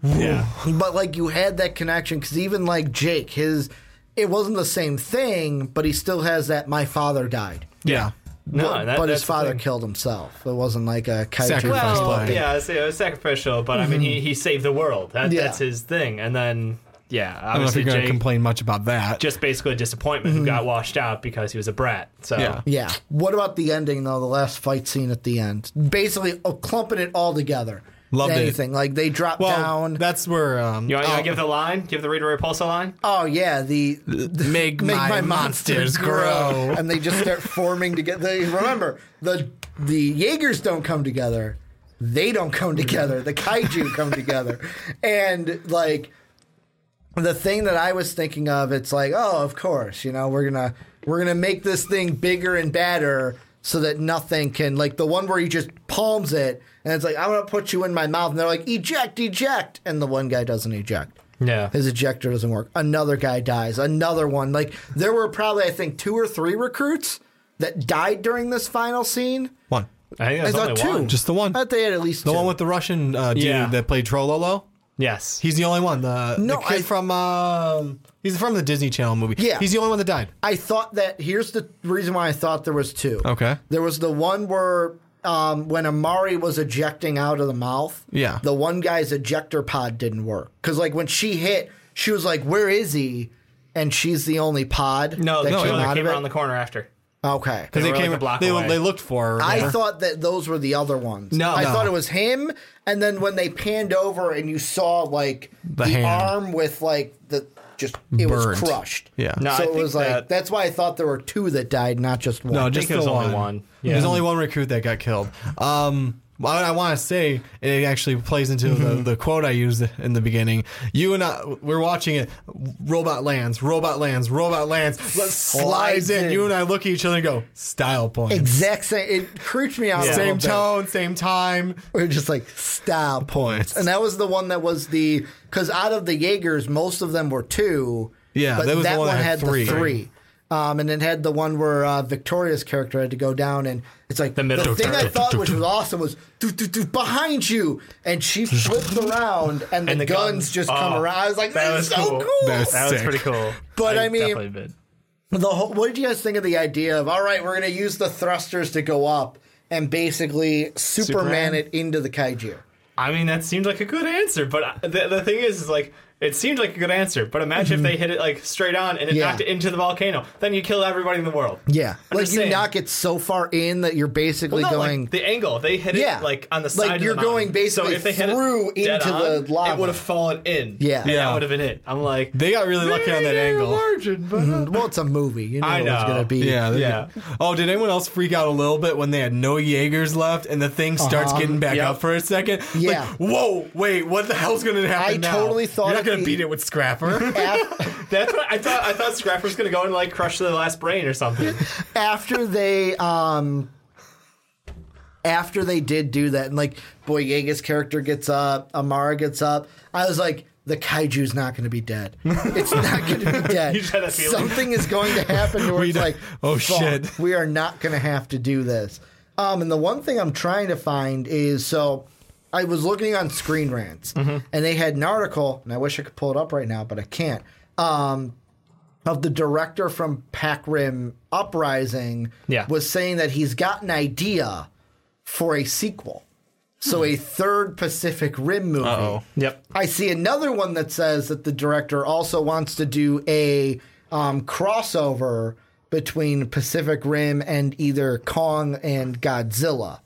S4: was. yeah.
S2: but like you had that connection because even like Jake, his it wasn't the same thing, but he still has that. My father died,
S3: Yeah.
S4: No,
S2: but,
S4: that,
S2: but his
S4: that's the
S2: father
S4: thing.
S2: killed himself. It wasn't like a kaiju.
S3: Sacrifice.
S2: fight.
S4: Well,
S3: blood.
S4: yeah, so it was sacrificial, but I mean, he, he saved the world. That,
S2: Mm-hmm. Yeah.
S4: That's his thing. And then, yeah,
S3: I don't know if
S4: obviously
S3: you're going to
S4: Jake,
S3: complain much about that.
S4: just basically a disappointment who got washed out because he was a brat. So
S3: Yeah.
S2: Mm-hmm. Yeah. What about the ending though? The last fight scene at the end, basically oh, clumping it all together.
S3: Loved it.
S2: Anything like they drop
S3: well,
S2: down.
S3: that's where. Um,
S4: You want, you
S3: oh,
S4: want to give the line? Give the Rita Repulsa line?
S2: oh yeah, the
S3: make,
S2: make
S3: my, monsters grow.
S2: and they just start forming together. They, remember the the Jaegers don't come together. They don't come together. The kaiju come together, and like the thing that I was thinking of, it's like, oh, of course, you know, we're gonna we're gonna make this thing bigger and badder so that nothing can like the one where he just palms it and it's like I'm gonna put you in my mouth, and they're like eject, eject, and the one guy doesn't eject.
S4: Yeah.
S2: His ejector doesn't work. Another guy dies. Another one. Like there were probably I think two or three recruits that died during this final scene.
S3: One.
S4: I think
S2: I
S4: that's
S2: thought
S4: only
S2: two.
S4: one.
S3: Just the one.
S2: I thought they had at least
S3: The
S2: two.
S3: one with the Russian uh, dude
S4: Yeah.
S3: that played Trololo.
S4: Yes.
S3: He's the only one. The,
S2: No,
S3: the kid
S2: I-
S3: from um, he's from the Disney Channel movie.
S2: Yeah.
S3: he's the only one that died.
S2: I thought that here's the reason why I thought there was two.
S3: Okay.
S2: There was the one where um, when Amari was ejecting out of the mouth.
S3: Yeah.
S2: The one guy's ejector pod didn't work because like when she hit, she was like, "Where is he?" And she's the only pod.
S4: no,
S2: that
S4: the
S2: came
S4: one that
S2: out
S4: came
S2: of it.
S4: around the corner after.
S2: okay.
S3: Because
S4: They
S3: they,
S4: were, like,
S3: came.
S4: a block
S3: they,
S4: away.
S3: they looked for. her.
S2: I thought that those were the other ones.
S3: No.
S2: I
S3: No.
S2: thought it was him. And then when they panned over and you saw like the,
S3: hand.
S2: arm with like the just it was
S3: Burned.
S2: crushed.
S3: Yeah. No,
S4: I
S2: so it
S4: think
S2: was like
S4: that-
S2: that's why I thought there were two that died, not just one.
S3: No, just
S4: it was
S3: the
S4: only
S3: one.
S4: one. Yeah.
S3: There's only one recruit that got killed. Um, what I want to say, and it actually plays into
S4: Mm-hmm.
S3: the, the quote I used in the beginning. You and I, we're watching it. Robot lands, robot lands, robot lands, slides,
S2: Slides
S3: in.
S2: in.
S3: You and I look at each other and go, style point.
S2: exact same. It creeped me out. a little
S3: Same
S2: bit.
S3: tone, same time.
S2: We We're just like style points,
S3: Points.
S2: and that was the one that was the because out of the Jaegers, most of them were two.
S3: Yeah,
S2: but
S3: that
S2: that,
S3: was the
S2: one,
S3: one that
S2: had
S3: had three.
S2: the three. Um, and then had the one where uh, Victoria's character had to go down, and it's like the
S4: middle.
S2: thing I thought which was awesome was "Doo, doo, doo, behind you, and she flips around, and the,
S4: And the
S2: guns,
S4: guns.
S2: just come
S4: Oh,
S2: around. I was like,
S4: that
S2: "That's
S4: was
S2: so
S4: cool.
S2: cool."
S3: That was
S4: That was
S3: Sick.
S4: pretty cool.
S2: But, I mean-
S4: definitely did.
S2: The whole, what did you guys think of the idea of all right, we're going to use the thrusters to go up and basically Superman,
S4: Superman?
S2: it into the kaiju?
S4: I mean, that seemed like a good answer, but I- the, the thing is, is like, it seemed like a good answer, but imagine if they hit it like straight on and it
S2: Mhm. Yeah.
S4: knocked it into the volcano. Then you kill everybody in the world.
S2: Yeah,
S4: I'm
S2: like
S4: just
S2: you
S4: saying.
S2: knock it so far in that you're basically
S4: Well, no,
S2: going.
S4: like the angle they hit
S2: Yeah.
S4: it like on the
S2: Like,
S4: side. of the
S2: you're
S4: mountain.
S2: going basically
S4: so if they hit it
S2: through
S4: dead
S2: into
S4: on,
S2: the lava.
S4: It would have fallen in.
S2: Yeah.
S4: and that
S3: Yeah.
S4: would have been it. I'm like,
S3: They got really lucky on that
S4: "Maybe
S3: angle.
S4: margin, but, uh,
S2: well, it's a movie. You know,
S4: I
S2: it's
S4: know.
S2: gonna be.
S3: Yeah, they-
S4: Yeah.
S3: Oh, did anyone else freak out a little bit when they had no Jaegers left and the thing starts getting back
S4: Yep.
S3: up for a second?
S2: Uh-huh. Yeah.
S3: Like, whoa, wait, what the hell's going to happen?
S2: I
S3: now?
S2: totally thought
S3: you're not
S2: at
S3: going
S2: the-
S3: to beat it with Scrapper.
S2: Af-
S4: That's what I thought. I thought Scrapper was gonna go and like crush the last brain or something.
S2: after they, um, after they did do that, and like Boyega's character gets up, Amara gets up. I was like. The kaiju's not going to be dead. It's not going to be dead.
S4: You just had that feeling.
S2: Something is going to happen to where
S3: We
S2: it's
S3: don't-
S2: like,
S3: oh,
S2: fuck,
S3: shit.
S2: we are not going to have to do this. Um, and the one thing I'm trying to find is so I was looking on Screen Rants
S3: Mm-hmm.
S2: and they had an article, and I wish I could pull it up right now, but I can't. Um, of the director from Pac Rim Uprising
S4: Yeah.
S2: was saying that he's got an idea for a sequel. So a third Pacific Rim movie.
S4: Yep.
S2: I see another one that says that the director also wants to do a um,
S4: Mm.
S2: crossover between Pacific Rim and either Kong and Godzilla.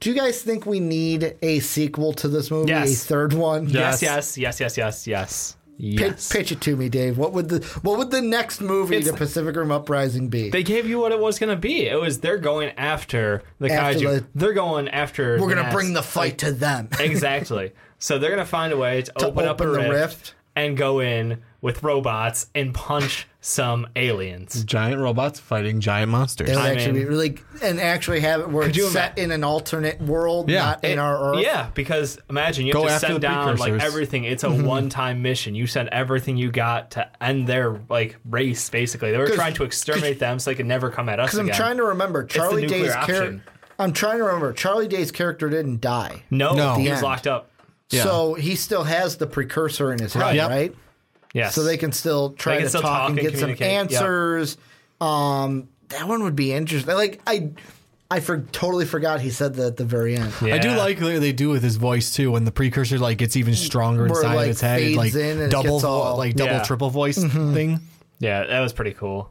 S2: Do you guys think we need a sequel to this movie?
S4: Yes.
S2: A third one?
S4: Yes, yes, yes, yes, yes, yes.
S2: Pi-
S4: Yes.
S2: pitch it to me, Dave. What would the what would the next movie
S4: It's-
S2: to Pacific Rim Uprising be?
S4: They gave you what it was going to be. It was they're going after the
S2: After
S4: kaiju.
S2: the-
S4: they're going after.
S2: We're gonna
S4: Ness.
S2: bring the fight to them.
S4: exactly. So they're gonna find a way to, open, up a
S2: open the
S4: rift,
S2: rift.
S4: and go in with robots and punch some aliens.
S3: Giant robots fighting giant monsters.
S2: It would
S4: I
S2: actually be
S4: mean-
S2: really and actually have it where it's
S4: you
S2: set in an alternate world,
S3: Yeah.
S2: not in our Earth.
S4: Yeah, because imagine you have
S3: Go
S4: to
S3: after
S4: send
S3: the
S4: down like
S3: precursors.
S4: everything. It's a one-time mission. You send everything you got to end their like race. Basically, they were trying to exterminate them so they could never come at us
S2: Because
S4: again.
S2: I'm trying to remember Charlie
S4: nuclear
S2: Day's
S4: option.
S2: character. I'm trying to remember Charlie Day's character didn't die,
S4: no,
S3: No.
S4: he
S3: The
S4: was
S2: end.
S4: locked up.
S3: Yeah.
S2: so he still has the precursor in his head,
S3: Yep.
S2: right?
S4: Yes.
S2: So they can still try
S4: can
S2: to
S4: still
S2: talk, and, get some
S4: communicate, yep.
S2: answers. Um, that one would be interesting. Like I, I for, totally forgot he said that at the very end.
S4: Yeah.
S3: I do like what they do with his voice too. When the precursor like gets even stronger
S2: Where it,
S3: inside
S2: like,
S3: of its head, it, like
S2: fades in and it
S3: double,
S2: gets all- Mm-hmm.
S3: like double,
S4: Yeah.
S3: triple voice thing.
S4: Yeah, that was pretty cool.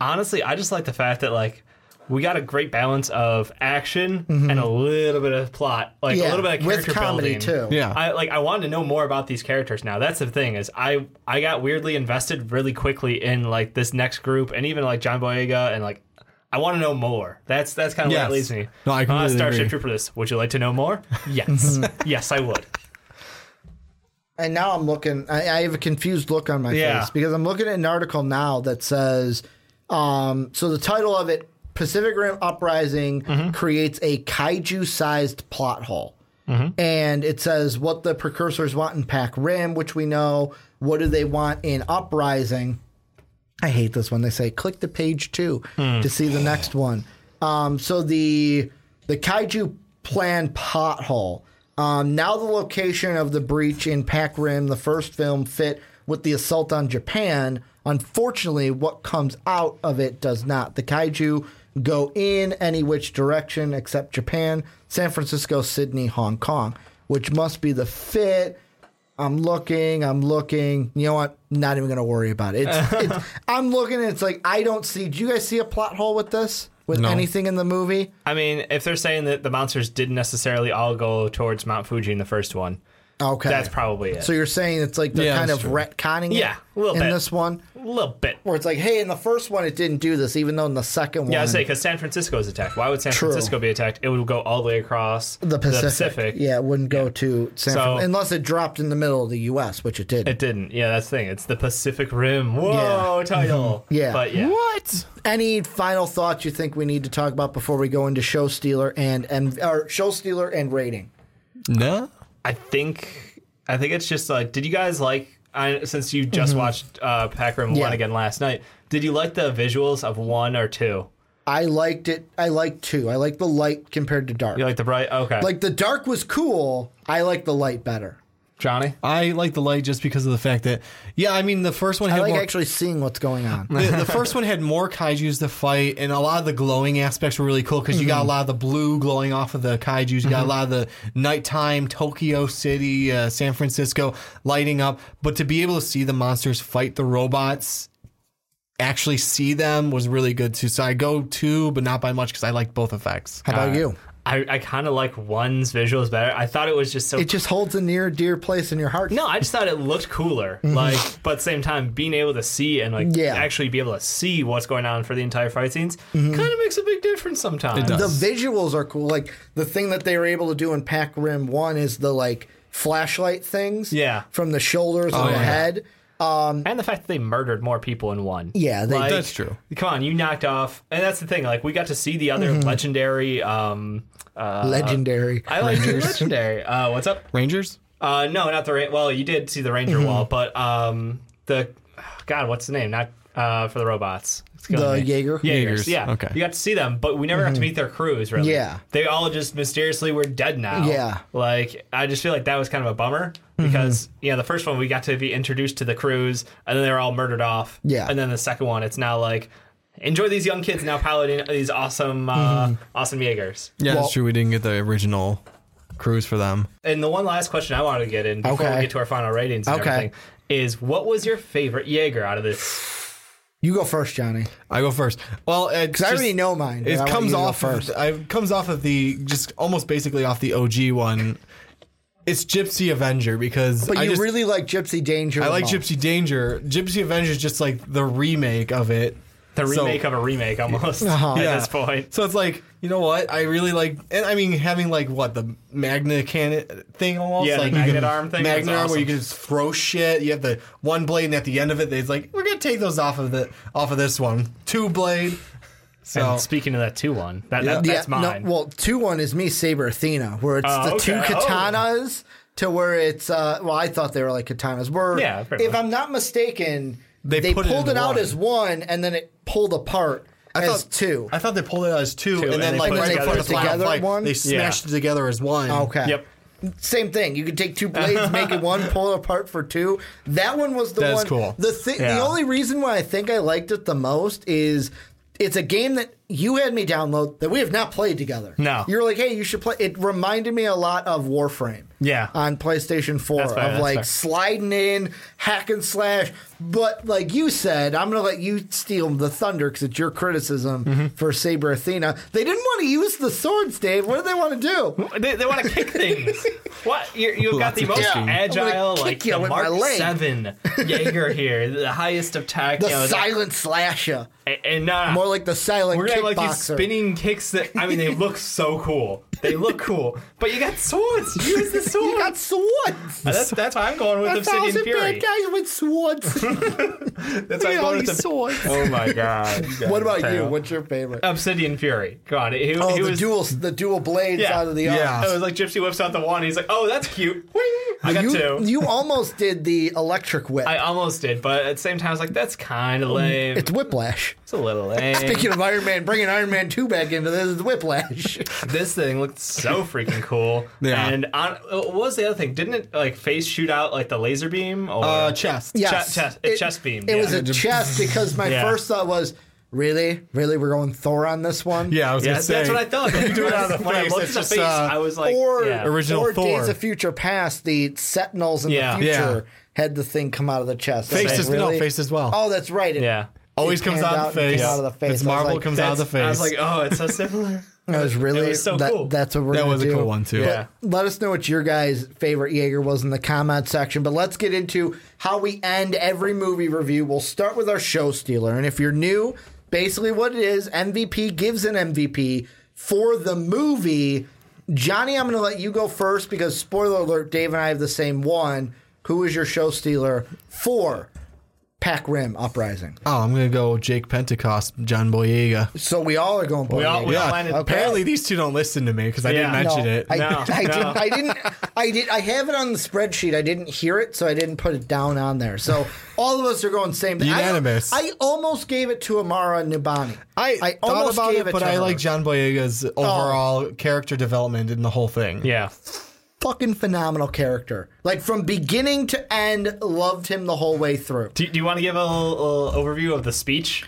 S4: Honestly, I just like the fact that like we got a great balance of action and a little bit of plot, like
S2: Mm-hmm. Yeah,
S4: a little bit of
S2: with
S4: character
S2: comedy,
S4: building
S2: too.
S3: Yeah.
S4: I like I wanted to know more about these characters now. That's the thing is I I got weirdly invested really quickly in like this next group and even like John Boyega and like I want to know more. That's that's kind of where
S3: Yes.
S4: it leads me.
S3: No, I
S4: uh,
S3: completely
S4: Starship
S3: agree.
S4: Trooper this. Would you like to know more? Yes.
S2: Mm-hmm.
S4: yes, I would.
S2: and now I'm looking. I, I have a confused look on my
S4: Yeah.
S2: face because I'm looking at an article now that says, um, so the title of it, Pacific Rim Uprising creates a kaiju-sized plot hole, and it says what the precursors want in Pac Rim, which we know. What do they want in Uprising? I hate this when they say click the page two to see the next one. Um, so the the kaiju plan pothole. Um, now the location of the breach in Pac Rim, the first film, fit with the assault on Japan. Unfortunately, what comes out of it does not. The kaiju go in any which direction except Japan, San Francisco, Sydney, Hong Kong, which must be the fit. I'm looking, I'm looking. You know what? Not even gonna worry about it. It's, it's, I'm looking. and It's like I don't see. Do you guys see a plot hole with this? With
S3: No.
S2: anything in the movie?
S4: I mean, if they're saying that the monsters didn't necessarily all go towards Mount Fuji in the first one,
S2: Okay,
S4: that's probably it.
S2: So you're saying it's like they're
S3: Yeah,
S2: kind of
S3: that's true.
S2: retconning it
S4: Yeah, a little
S2: in
S4: bit.
S2: this one,
S4: a little bit.
S2: where it's like, hey, in the first one it didn't do this, even though in the second
S4: Yeah, I
S2: one,
S4: say because San Francisco is attacked. Why would San
S2: True.
S4: Francisco be attacked? It would go all the way across
S2: the Pacific,
S4: Pacific.
S2: yeah, it wouldn't go to San
S4: So-
S2: Fran- unless it dropped in the middle of the U.S., which it did.
S4: It didn't. Yeah, that's the thing. It's the Pacific Rim. Whoa, title.
S2: Yeah.
S4: But yeah.
S3: What?
S2: Any final thoughts you think we need to talk about before we go into show stealer and and or show stealer and rating?
S3: No.
S4: I think I think it's just like did you guys like I, since you just watched uh Pac Rim
S2: Mm-hmm. Yeah.
S4: one again last night, did you like the visuals of one or two?
S2: I liked it. I liked two. I liked the light compared to dark.
S4: You like the bright okay.
S2: like the dark was cool. I like the light better.
S4: Johnny?
S3: I like the light just because of the fact that yeah, I mean the first one
S2: I
S3: had
S2: like
S3: more.
S2: actually seeing what's going on.
S3: the, the first one had more kaiju's to fight, and a lot of the glowing aspects were really cool because you got a lot of the blue glowing off of the kaiju's. You got a lot of the nighttime Tokyo City, uh, San Francisco lighting up. But to be able to see the monsters fight the robots, actually see them was really good too. So I go two, but not by much because I like both effects.
S2: How about you?
S4: I, I kinda like one's visuals better. I thought it was just so
S2: It just holds a near dear place in your heart.
S4: No, I just thought it looked cooler. Like, but at the same time, being able to see and like
S2: Mm-hmm. Yeah.
S4: actually be able to see what's going on for the entire fight scenes
S2: Mm-hmm.
S4: kind of makes a big difference sometimes.
S3: It does.
S2: the visuals are cool. Like the thing that they were able to do in Pac Rim One is the like flashlight things.
S4: Yeah.
S2: from the shoulders
S3: Oh,
S2: and the
S3: yeah.
S2: head.
S4: And the fact that they murdered more people in one.
S2: Yeah, they
S4: Like,
S3: That's true.
S4: Come on, you knocked off, and that's the thing. Like, we got to see the
S2: Mm-hmm.
S4: other legendary. um uh,
S2: legendary.
S4: I like the legendary. Uh, what's up?
S3: Rangers?
S4: Uh, no, not the ra- well. You did see the ranger
S2: Mm-hmm.
S4: wall, but um, the God, what's the name? Not uh, for the robots. It's killing
S2: The
S4: me.
S2: Jaeger? Mm-hmm.
S4: Jaegers.
S3: Jaegers,
S4: Yeah.
S3: okay.
S4: You got to see them, but we never got to meet their crews. Really.
S2: Yeah.
S4: They all just mysteriously were dead now.
S2: Yeah. Mm-hmm.
S4: Like I just feel like that was kind of a bummer because you know the first one we got to be introduced to the crews and then they were all murdered off.
S2: Yeah.
S4: And then the second one, it's now like. Enjoy these young kids now piloting these awesome, uh,
S2: Mm-hmm.
S4: awesome Jaegers.
S3: Yeah,
S2: Well-
S3: that's true. We didn't get the original crews for them.
S4: And the one last question I wanted to get in before
S2: Okay.
S4: we get to our final ratings and
S2: Okay.
S4: everything is what was your favorite Jaeger out of this
S2: You go first, Johnny.
S3: I go first. Well, because
S2: I already know mine, but I
S3: It
S2: want you
S3: comes
S2: to go
S3: off
S2: first.
S3: first. It comes off of the just almost basically off the OG one. It's Gypsy Avenger because
S2: But
S3: I
S2: you
S3: just,
S2: really like Gypsy Danger.
S3: I
S2: the
S3: like
S2: most.
S3: Gypsy Danger. Gypsy Avenger is just like the remake of it.
S4: The
S3: So-
S4: remake of a remake almost
S2: Uh-huh.
S4: at this point.
S3: So it's like, you know what? I really like, and I mean, having like what the magna cannon thing almost,
S4: Yeah, the
S3: like
S4: magnet
S3: you can-
S4: arm thing,
S3: magnet
S4: that's
S3: arm where you
S4: awesome.
S3: can just throw shit. You have the one blade, and at the end of it, they's like, we're gonna take those off of the off of this one, two blade. So
S4: And speaking of that two one, that, that
S2: Yeah,
S4: that's mine.
S2: e, No, well, two one is me Saber Athena, where it's
S4: Oh,
S2: the two
S4: okay. Oh.
S2: katanas to where it's. Uh, well, I thought they were like katanas. Where
S4: Yeah, pretty
S2: if
S4: much.
S2: I'm not mistaken, they,
S3: They put it
S2: pulled it,
S3: into
S2: out
S3: one.
S2: as one, and then it pulled apart
S3: I
S2: as
S3: thought
S2: two.
S3: I thought they pulled it out as two, and,
S4: and
S3: then
S4: they
S3: like
S4: put it
S3: right
S4: together
S3: before the
S4: as
S3: final
S2: together
S3: fight,
S2: one?
S3: they
S4: Yeah.
S3: smashed it together as one.
S2: okay.
S4: yep.
S2: Same thing. You could take two blades, make it one, pull it apart for two. That one was the
S3: That's
S2: one.
S3: cool.
S2: The thi-
S4: Yeah.
S2: the only reason why I think I liked it the most is it's a game that you had me download that we have not played together.
S4: No.
S2: you're like, hey, you should play. It reminded me a lot of Warframe.
S4: Yeah.
S2: on PlayStation Four
S4: That's fair,
S2: of
S4: that's
S2: like
S4: fair.
S2: sliding in, hack and slash. But like you said, I'm gonna let you steal the thunder because it's your criticism
S4: Mm-hmm.
S2: for Saber Athena. They didn't want to use the swords, Dave. What did they want to do?
S4: They, they want to kick things. What you, you've got
S3: Lots
S4: the
S3: of
S4: most
S3: kicking.
S4: agile,
S2: I'm gonna
S4: like
S2: kick you
S4: the
S2: with my
S4: Mark
S2: leg.
S4: Seven Jaeger here, the highest of tech.
S2: The
S4: you know, that-
S2: silent slasher.
S4: and- and nah,
S2: More like the silent
S4: we're gonna have, like these
S2: kickboxer.
S4: spinning kicks that I mean they look so cool. They look cool, but you got swords. Use the swords.
S2: you got swords.
S4: that's that's why I'm going with
S2: A
S4: Obsidian
S2: thousand
S4: Fury.
S2: bad guys with swords.
S4: That's why I'm going with the- Oh my god!
S2: what about you? What's your favorite?
S4: Obsidian Fury. God, he,
S2: oh,
S4: Oh, he
S2: the
S4: was.
S2: dual the dual blades
S4: Yeah.
S2: out of the
S3: Yeah.
S2: arms.
S4: It was like Gypsy whips out the one. He's like, "Oh, that's cute." Whing! I got
S2: You,
S4: two.
S2: you almost did the electric whip.
S4: I almost did, but at the same time, I was like, "That's kind
S3: Oh,
S4: of lame.
S2: it's whiplash.
S4: It's a little lame."
S2: Speaking of Iron Man, bringing Iron Man 2 back into this is whiplash.
S4: this thing looked so freaking cool.
S3: Yeah.
S4: And on, what was the other thing? Didn't it like face shoot out like the laser beam or
S3: uh, chest.
S2: Yes.
S4: chest- a chest beam,
S2: It was
S4: yeah.
S2: a chest because my
S4: Yeah.
S2: first thought was, really? Really? We're going Thor on this one?
S3: yeah, I was
S4: Yeah,
S3: gonna
S4: that's
S3: say
S4: what I thought. When,
S3: do it out of the
S4: when I
S3: face,
S4: looked at
S3: it's
S4: the
S3: just,
S4: face,
S3: uh,
S4: I was like,
S2: or
S4: yeah.
S3: original
S2: or
S3: Thor.
S2: Days of Future Past, the Sentinels in
S4: Yeah.
S2: the future
S3: Yeah.
S2: had the thing come out of the chest. I
S3: Face
S2: was
S3: as-
S2: like,
S3: no, face as well.
S2: Oh, that's right. It,
S4: yeah.
S3: Always
S2: it
S3: comes
S2: panned
S3: out,
S2: out
S3: of
S2: and came
S3: the face.
S2: out of the face.
S3: It's
S2: I was
S3: Marvel
S2: like,
S3: comes out of the
S4: That's-
S3: face.
S4: I was like, "Oh, it's so similar."
S2: That was really
S4: It was so
S2: that-
S4: cool.
S2: That's what we're
S3: That
S2: gonna
S3: was a
S2: do.
S3: cool one, too.
S2: But
S4: Yeah.
S2: Let us know what your guys' favorite Jaeger was in the comment section. But let's get into how we end every movie review. We'll start with our show stealer, and if you're new, basically what it is, MVP gives an MVP for the movie. Johnny, I'm going to let you go first because spoiler alert, Dave and I have the same one. Who is your show stealer for Pac Rim Uprising?
S3: oh, I'm gonna go Jake Pentecost, John Boyega.
S2: So we all are going.
S4: We all, we all landed.
S3: Apparently, these two don't listen to me because I didn't
S4: Yeah.
S3: mention
S2: No,
S3: it.
S2: I,
S4: No,
S2: I,
S4: no.
S2: Didn't, I didn't. I did. I have it on the spreadsheet. I didn't hear it, so I didn't put it down on there. So all of us are going same. thing. I-
S3: Unanimous.
S2: I, almost gave it to Amara Nubani.
S3: I, thought about it, but
S2: to
S3: I
S2: her. Oh.
S3: like John Boyega's overall character development in the whole thing.
S4: Yeah.
S2: fucking phenomenal character. Like from beginning to end, loved him the whole way through.
S4: Do, do you want to give a little, little overview of the speech?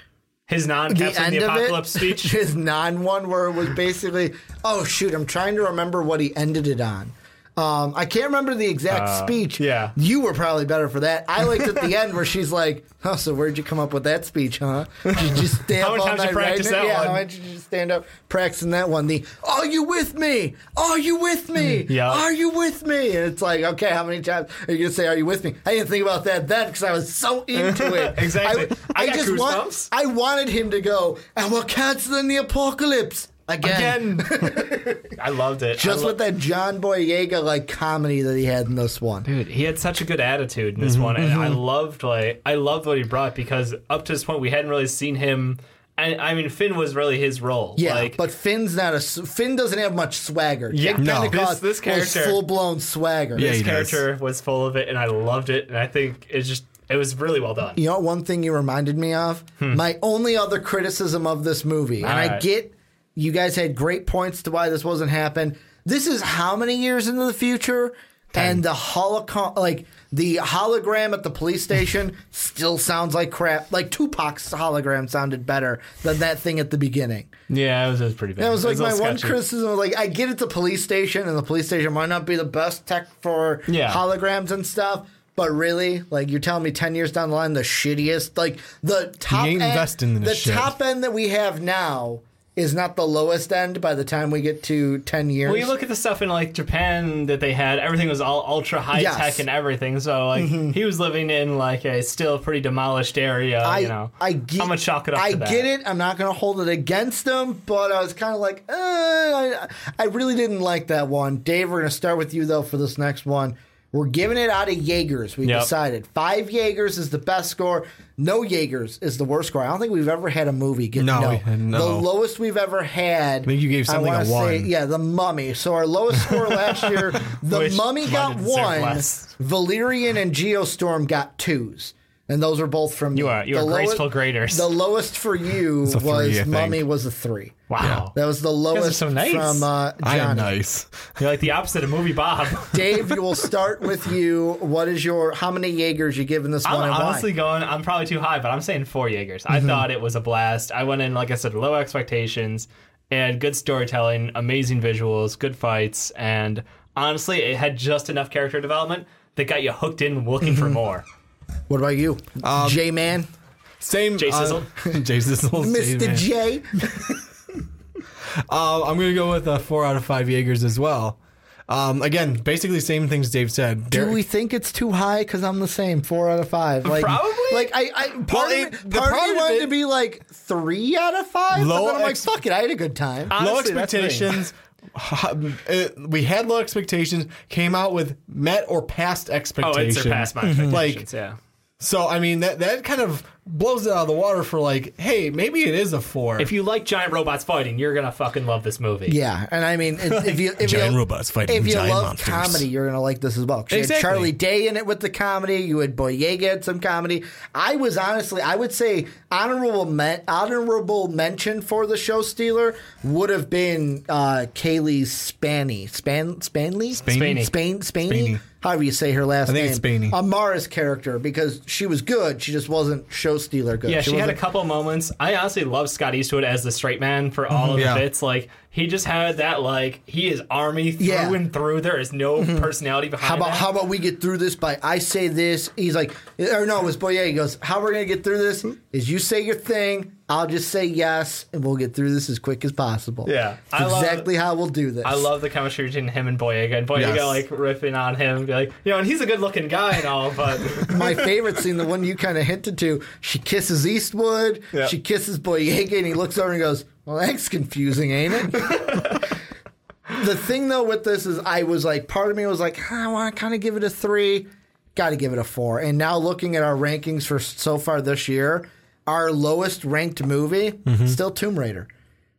S4: His non-Captain the, Apocalypse
S2: of it,
S4: speech.
S2: his non one where it was basically, oh shoot, I'm trying to remember what he ended it on. Um, I can't remember the exact speech.
S4: Uh, yeah.
S2: you were probably better for that. I liked at the end where she's like, "Oh, so where'd you come up with that speech, huh? Did you just stand
S4: How many
S2: up all
S4: times you
S2: night writing
S4: practice
S2: it?
S4: that
S2: yeah,
S4: one?
S2: how much did you just stand up practicing that one? The Are you with me? Are you with me?
S4: Mm, Yeah.
S2: Are you with me? And it's like, okay, how many times are you gonna say, "Are you with me? I didn't think about that then because I was so into it.
S4: Exactly.
S2: I,
S4: I
S2: I
S4: got
S2: just want.
S4: goosebumps.
S2: I wanted him to go, and we're canceling the apocalypse again.
S4: Again. I loved it.
S2: Just
S4: I lo-
S2: with that John Boyega like comedy that he had in this one.
S4: Dude, he had such a good attitude in this one, and I loved like I loved what he brought because up to this point we hadn't really seen him. And I mean, Finn was really his role.
S2: Yeah,
S4: like,
S2: but Finn's not a s- Finn doesn't have much swagger.
S4: Yeah,
S2: Jake
S3: no.
S2: Pentecost
S4: This- this character-
S2: full blown swagger.
S3: Yeah,
S4: his
S3: he does.
S4: character was full of it, and I loved it. And I think it's just it was really well done.
S2: You know what one thing you reminded me of? My only other criticism of this movie, and I
S4: Alright.
S2: get you guys had great points to why this wasn't happen. This is how many years into the future? And the holocaust, like the hologram at the police station, still sounds like crap. Like Tupac's hologram sounded better than that thing at the beginning.
S4: Yeah, it was, it was pretty bad.
S2: That was like
S4: a
S2: my
S4: little
S2: one
S4: sketchy.
S2: criticism. of, Like I get it's a police station, and the police station might not be the best tech for
S4: Yeah.
S2: holograms and stuff. But really, like you're telling me, ten years down the line, the shittiest, like the top
S3: ain't
S2: end,
S3: investing in
S2: the
S3: this shit.
S2: top end that we have now is not the lowest end. By the time we get to ten years,
S4: Well, you look at the stuff in like Japan that they had. Everything was all ultra high
S2: Yes. Mm-hmm.
S4: tech and everything. So like he was living in like a still pretty demolished area.
S2: I,
S4: you know,
S2: I get,
S4: I'm gonna chalk it up.
S2: I
S4: to that.
S2: get it. I'm not gonna hold it against them, but I was kind of like, eh, I, I really didn't like that one. Dave, we're gonna start with you though for this next one. We're giving it out of Jaegers. We
S4: Yep.
S2: decided five Jaegers is the best score. No Jaegers is the worst score. I don't think we've ever had a movie get
S3: No,
S2: no.
S3: we- no.
S2: The lowest we've ever had. I
S3: think you gave something a
S2: wanna say-
S3: one.
S2: yeah, the Mummy. So our lowest score last year, the
S4: Which
S2: Mummy
S4: might
S2: got
S4: have deserved
S2: one.
S4: less.
S2: Valerian and Geostorm got twos, and those are both from
S4: You are- you
S2: the
S4: are graceful graders.
S2: The lowest for you
S3: a three,
S2: was
S3: I think.
S2: Mummy was a three.
S4: Wow,
S2: That was the lowest
S4: so nice.
S2: from uh,
S3: I am
S2: Johnny.
S3: nice.
S4: you're like the opposite of movie Bob.
S2: Dave, you will start with you. What is your how many Jaegers you giving this one?
S4: I'm
S2: and why? Mm-hmm.
S4: honestly going. I'm probably too high, but I'm saying four Jaegers. I thought it was a blast. I went in, like I said, low expectations and good storytelling, amazing visuals, good fights, and honestly, it had just enough character development that got you hooked in, looking
S2: Mm-hmm.
S4: for more.
S2: what about you,
S3: Um,
S2: J Man,
S3: Same.
S4: Jay
S3: uh,
S4: Sizzle.
S3: Jay Sizzle. same
S2: Mister
S3: man.
S2: J?
S3: Uh, I'm gonna go with uh, four out of five Jaegers as well. Um, again, basically same things Dave said.
S2: Do we think it's too high? Because I'm the same, four out of five. Like,
S4: Probably.
S2: Like I, I part
S3: Well,
S2: of
S3: it-
S2: me-
S3: the
S2: part of
S3: part
S2: me
S3: of
S2: wanted
S3: it-
S2: to be like three out of five. But
S3: Low
S2: then I'm like,
S3: ex-
S2: fuck it, I had a good time.
S3: low
S4: Honestly, that's me.
S3: expectations. uh, we had low expectations. Came out with met or past
S4: Oh, it
S3: expectations.
S4: surpassed my
S2: Mhm.
S4: expectations.
S3: Like-
S4: yeah.
S3: So I mean that that kind of blows it out of the water for like, hey, maybe it is a four.
S4: If you like giant robots fighting, you're gonna fucking love this movie.
S2: Yeah, and I mean, if, if you if
S3: Giant
S2: you,
S3: robots fighting
S2: if you
S3: giant
S2: love
S3: monsters.
S2: comedy, you're gonna like this as well. 'Cause You had
S3: Exactly.
S2: Charlie Day in it with the comedy. You had Boyega in some comedy. I was honestly, I would say honorable men, honorable mention for the show stealer would have been uh, Kaylee Spanny, Span Spanley,
S4: Spaney.
S2: Spain, Spaney.
S3: Spaney.
S2: However you say her last
S3: think
S2: name,
S3: it's Spaney.
S2: Amara's character because she was good. She just wasn't show stealer good.
S4: Yeah, she, had a
S2: wasn't-
S4: couple moments. I honestly love Scott Eastwood as the straight man for all of
S3: Yeah.
S4: the bits. Like he just had that like he is army through
S2: Yeah. Mm-hmm.
S4: and through. There is no personality behind.
S2: How about
S4: that.
S2: how about we get through this by I say this? He's like, or no, it was Boyer. He goes, how we're gonna get through this is you say your thing, I'll just say yes, and we'll get through this as quick as possible.
S4: Yeah.
S2: It's
S4: I love-
S2: exactly how we'll do this.
S4: I love the chemistry between him and Boyega, and Boyega
S3: Yes.
S4: like riffing on him, be like, you know, and he's a good looking guy and all, but
S2: my favorite scene, the one you kind of hinted to. She kisses Eastwood,
S3: Yeah.
S2: she kisses Boyega, and he looks over and goes, "Well, that's confusing, ain't it?" the thing though with this is, I was like, part of me was like, "Huh, I want to kind of give it a three, got to give it a four. And now looking at our rankings for so far this year, our lowest ranked movie still Tomb Raider.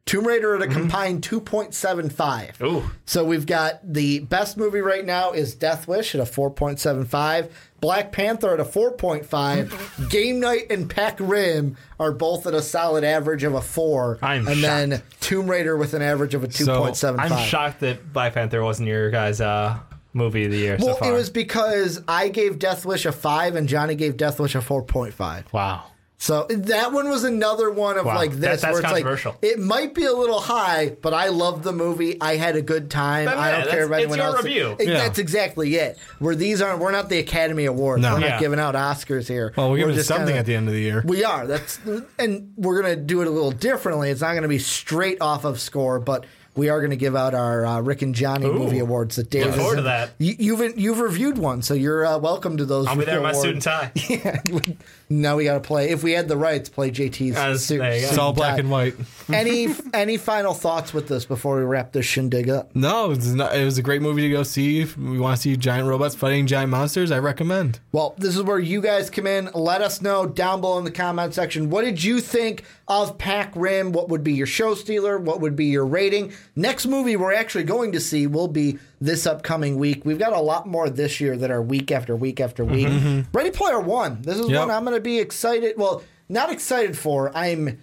S2: Tomb Raider at a combined 2.75.
S4: Mm-hmm. Ooh.
S2: So we've got the best movie right now is Death Wish at a 4.75, Black Panther at a
S4: Mm-hmm.
S2: 4.5, Game Night and Pac Rim are both at a solid average of a 4.
S4: I'm
S2: and then Tomb Raider with an average of a 2.75.
S4: I'm shocked that Black Panther wasn't your guys' uh, movie of the year
S2: Well,
S4: so far.
S2: it was because I gave Death Wish a 5 and Johnny gave Death Wish a 4.5.
S4: wow.
S2: So that one was another one of
S4: Wow.
S2: like
S4: That-
S2: this
S4: that's
S2: where it's
S4: controversial.
S2: like it might be a little high, but I love the movie. I had a good time.
S4: Then,
S2: I
S4: yeah,
S2: don't
S4: that's-
S2: care about
S4: it's
S2: anyone
S4: your
S2: else.
S4: review.
S2: It-
S3: Yeah.
S2: That's exactly it. Where these aren't, we're not the Academy Awards.
S3: No.
S2: We're not
S4: Yeah.
S2: giving out Oscars here.
S3: well, we're
S2: We're
S3: giving it
S2: just
S3: something
S2: kinda-
S3: at the end of the year.
S2: we are. That's and we're gonna do it a little differently. It's not gonna be straight off of score, but we are gonna give out our uh, Rick and Johnny movie awards that Dave.
S4: forward
S2: is-
S4: to that.
S2: You, you've you've reviewed one, so you're uh, welcome to those.
S4: I'll be there in my
S2: awards.
S4: suit and tie.
S2: now we gotta play. If we had the rights, play JT's
S4: Uh,
S2: suit.
S4: there you go.
S2: suit
S3: It's all black
S2: tie.
S3: and white.
S2: any any final thoughts with this before we wrap this shindig up?
S3: No, it's not, it was a great movie to go see. If we want to see giant robots fighting giant monsters, I recommend.
S2: Well, this is where you guys come in. Let us know down below in the comment section. What did you think of Pac Rim? What would be your show stealer? What would be your rating? Next movie we're actually going to see will be this upcoming week. We've got a lot more this year that are week after week after week. Ready Player One. This is
S3: Yep.
S2: one I'm going to be excited. Well, not excited for. I'm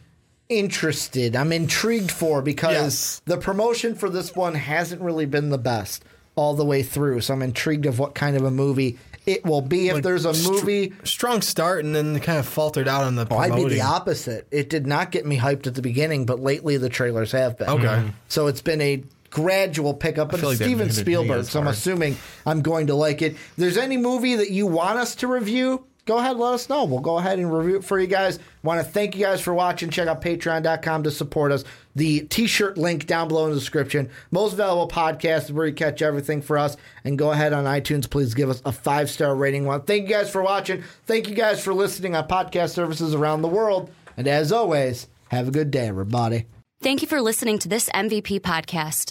S2: interested. I'm intrigued for because
S3: Yes.
S2: the promotion for this one hasn't really been the best all the way through. So I'm intrigued of what kind of a movie it will be. If there's a
S3: str-
S2: movie, Oh,
S3: Strong start and then kind of faltered out on the
S2: I'd
S3: promoting.
S2: be the opposite. It did not get me hyped at the beginning, but lately the trailers have been.
S3: Okay.
S2: So it's been a gradual pickup. But
S3: feel
S2: it's
S3: like that
S2: Steven
S3: made it
S2: Spielberg,
S3: is
S2: so I'm
S3: hard.
S2: assuming I'm going to like it. If there's any movie that you want us to review, go ahead, let us know. We'll go ahead and review it for you guys. Want to thank you guys for watching. Check out patreon.com to support us. The t shirt link down below in the description. Most valuable podcast is where you catch everything for us. And go ahead on iTunes, please give us a five star rating. One. Thank you guys for watching. Thank you guys for listening on podcast services around the world. And as always, have a good day, everybody.
S1: Thank you for listening to this MVP podcast.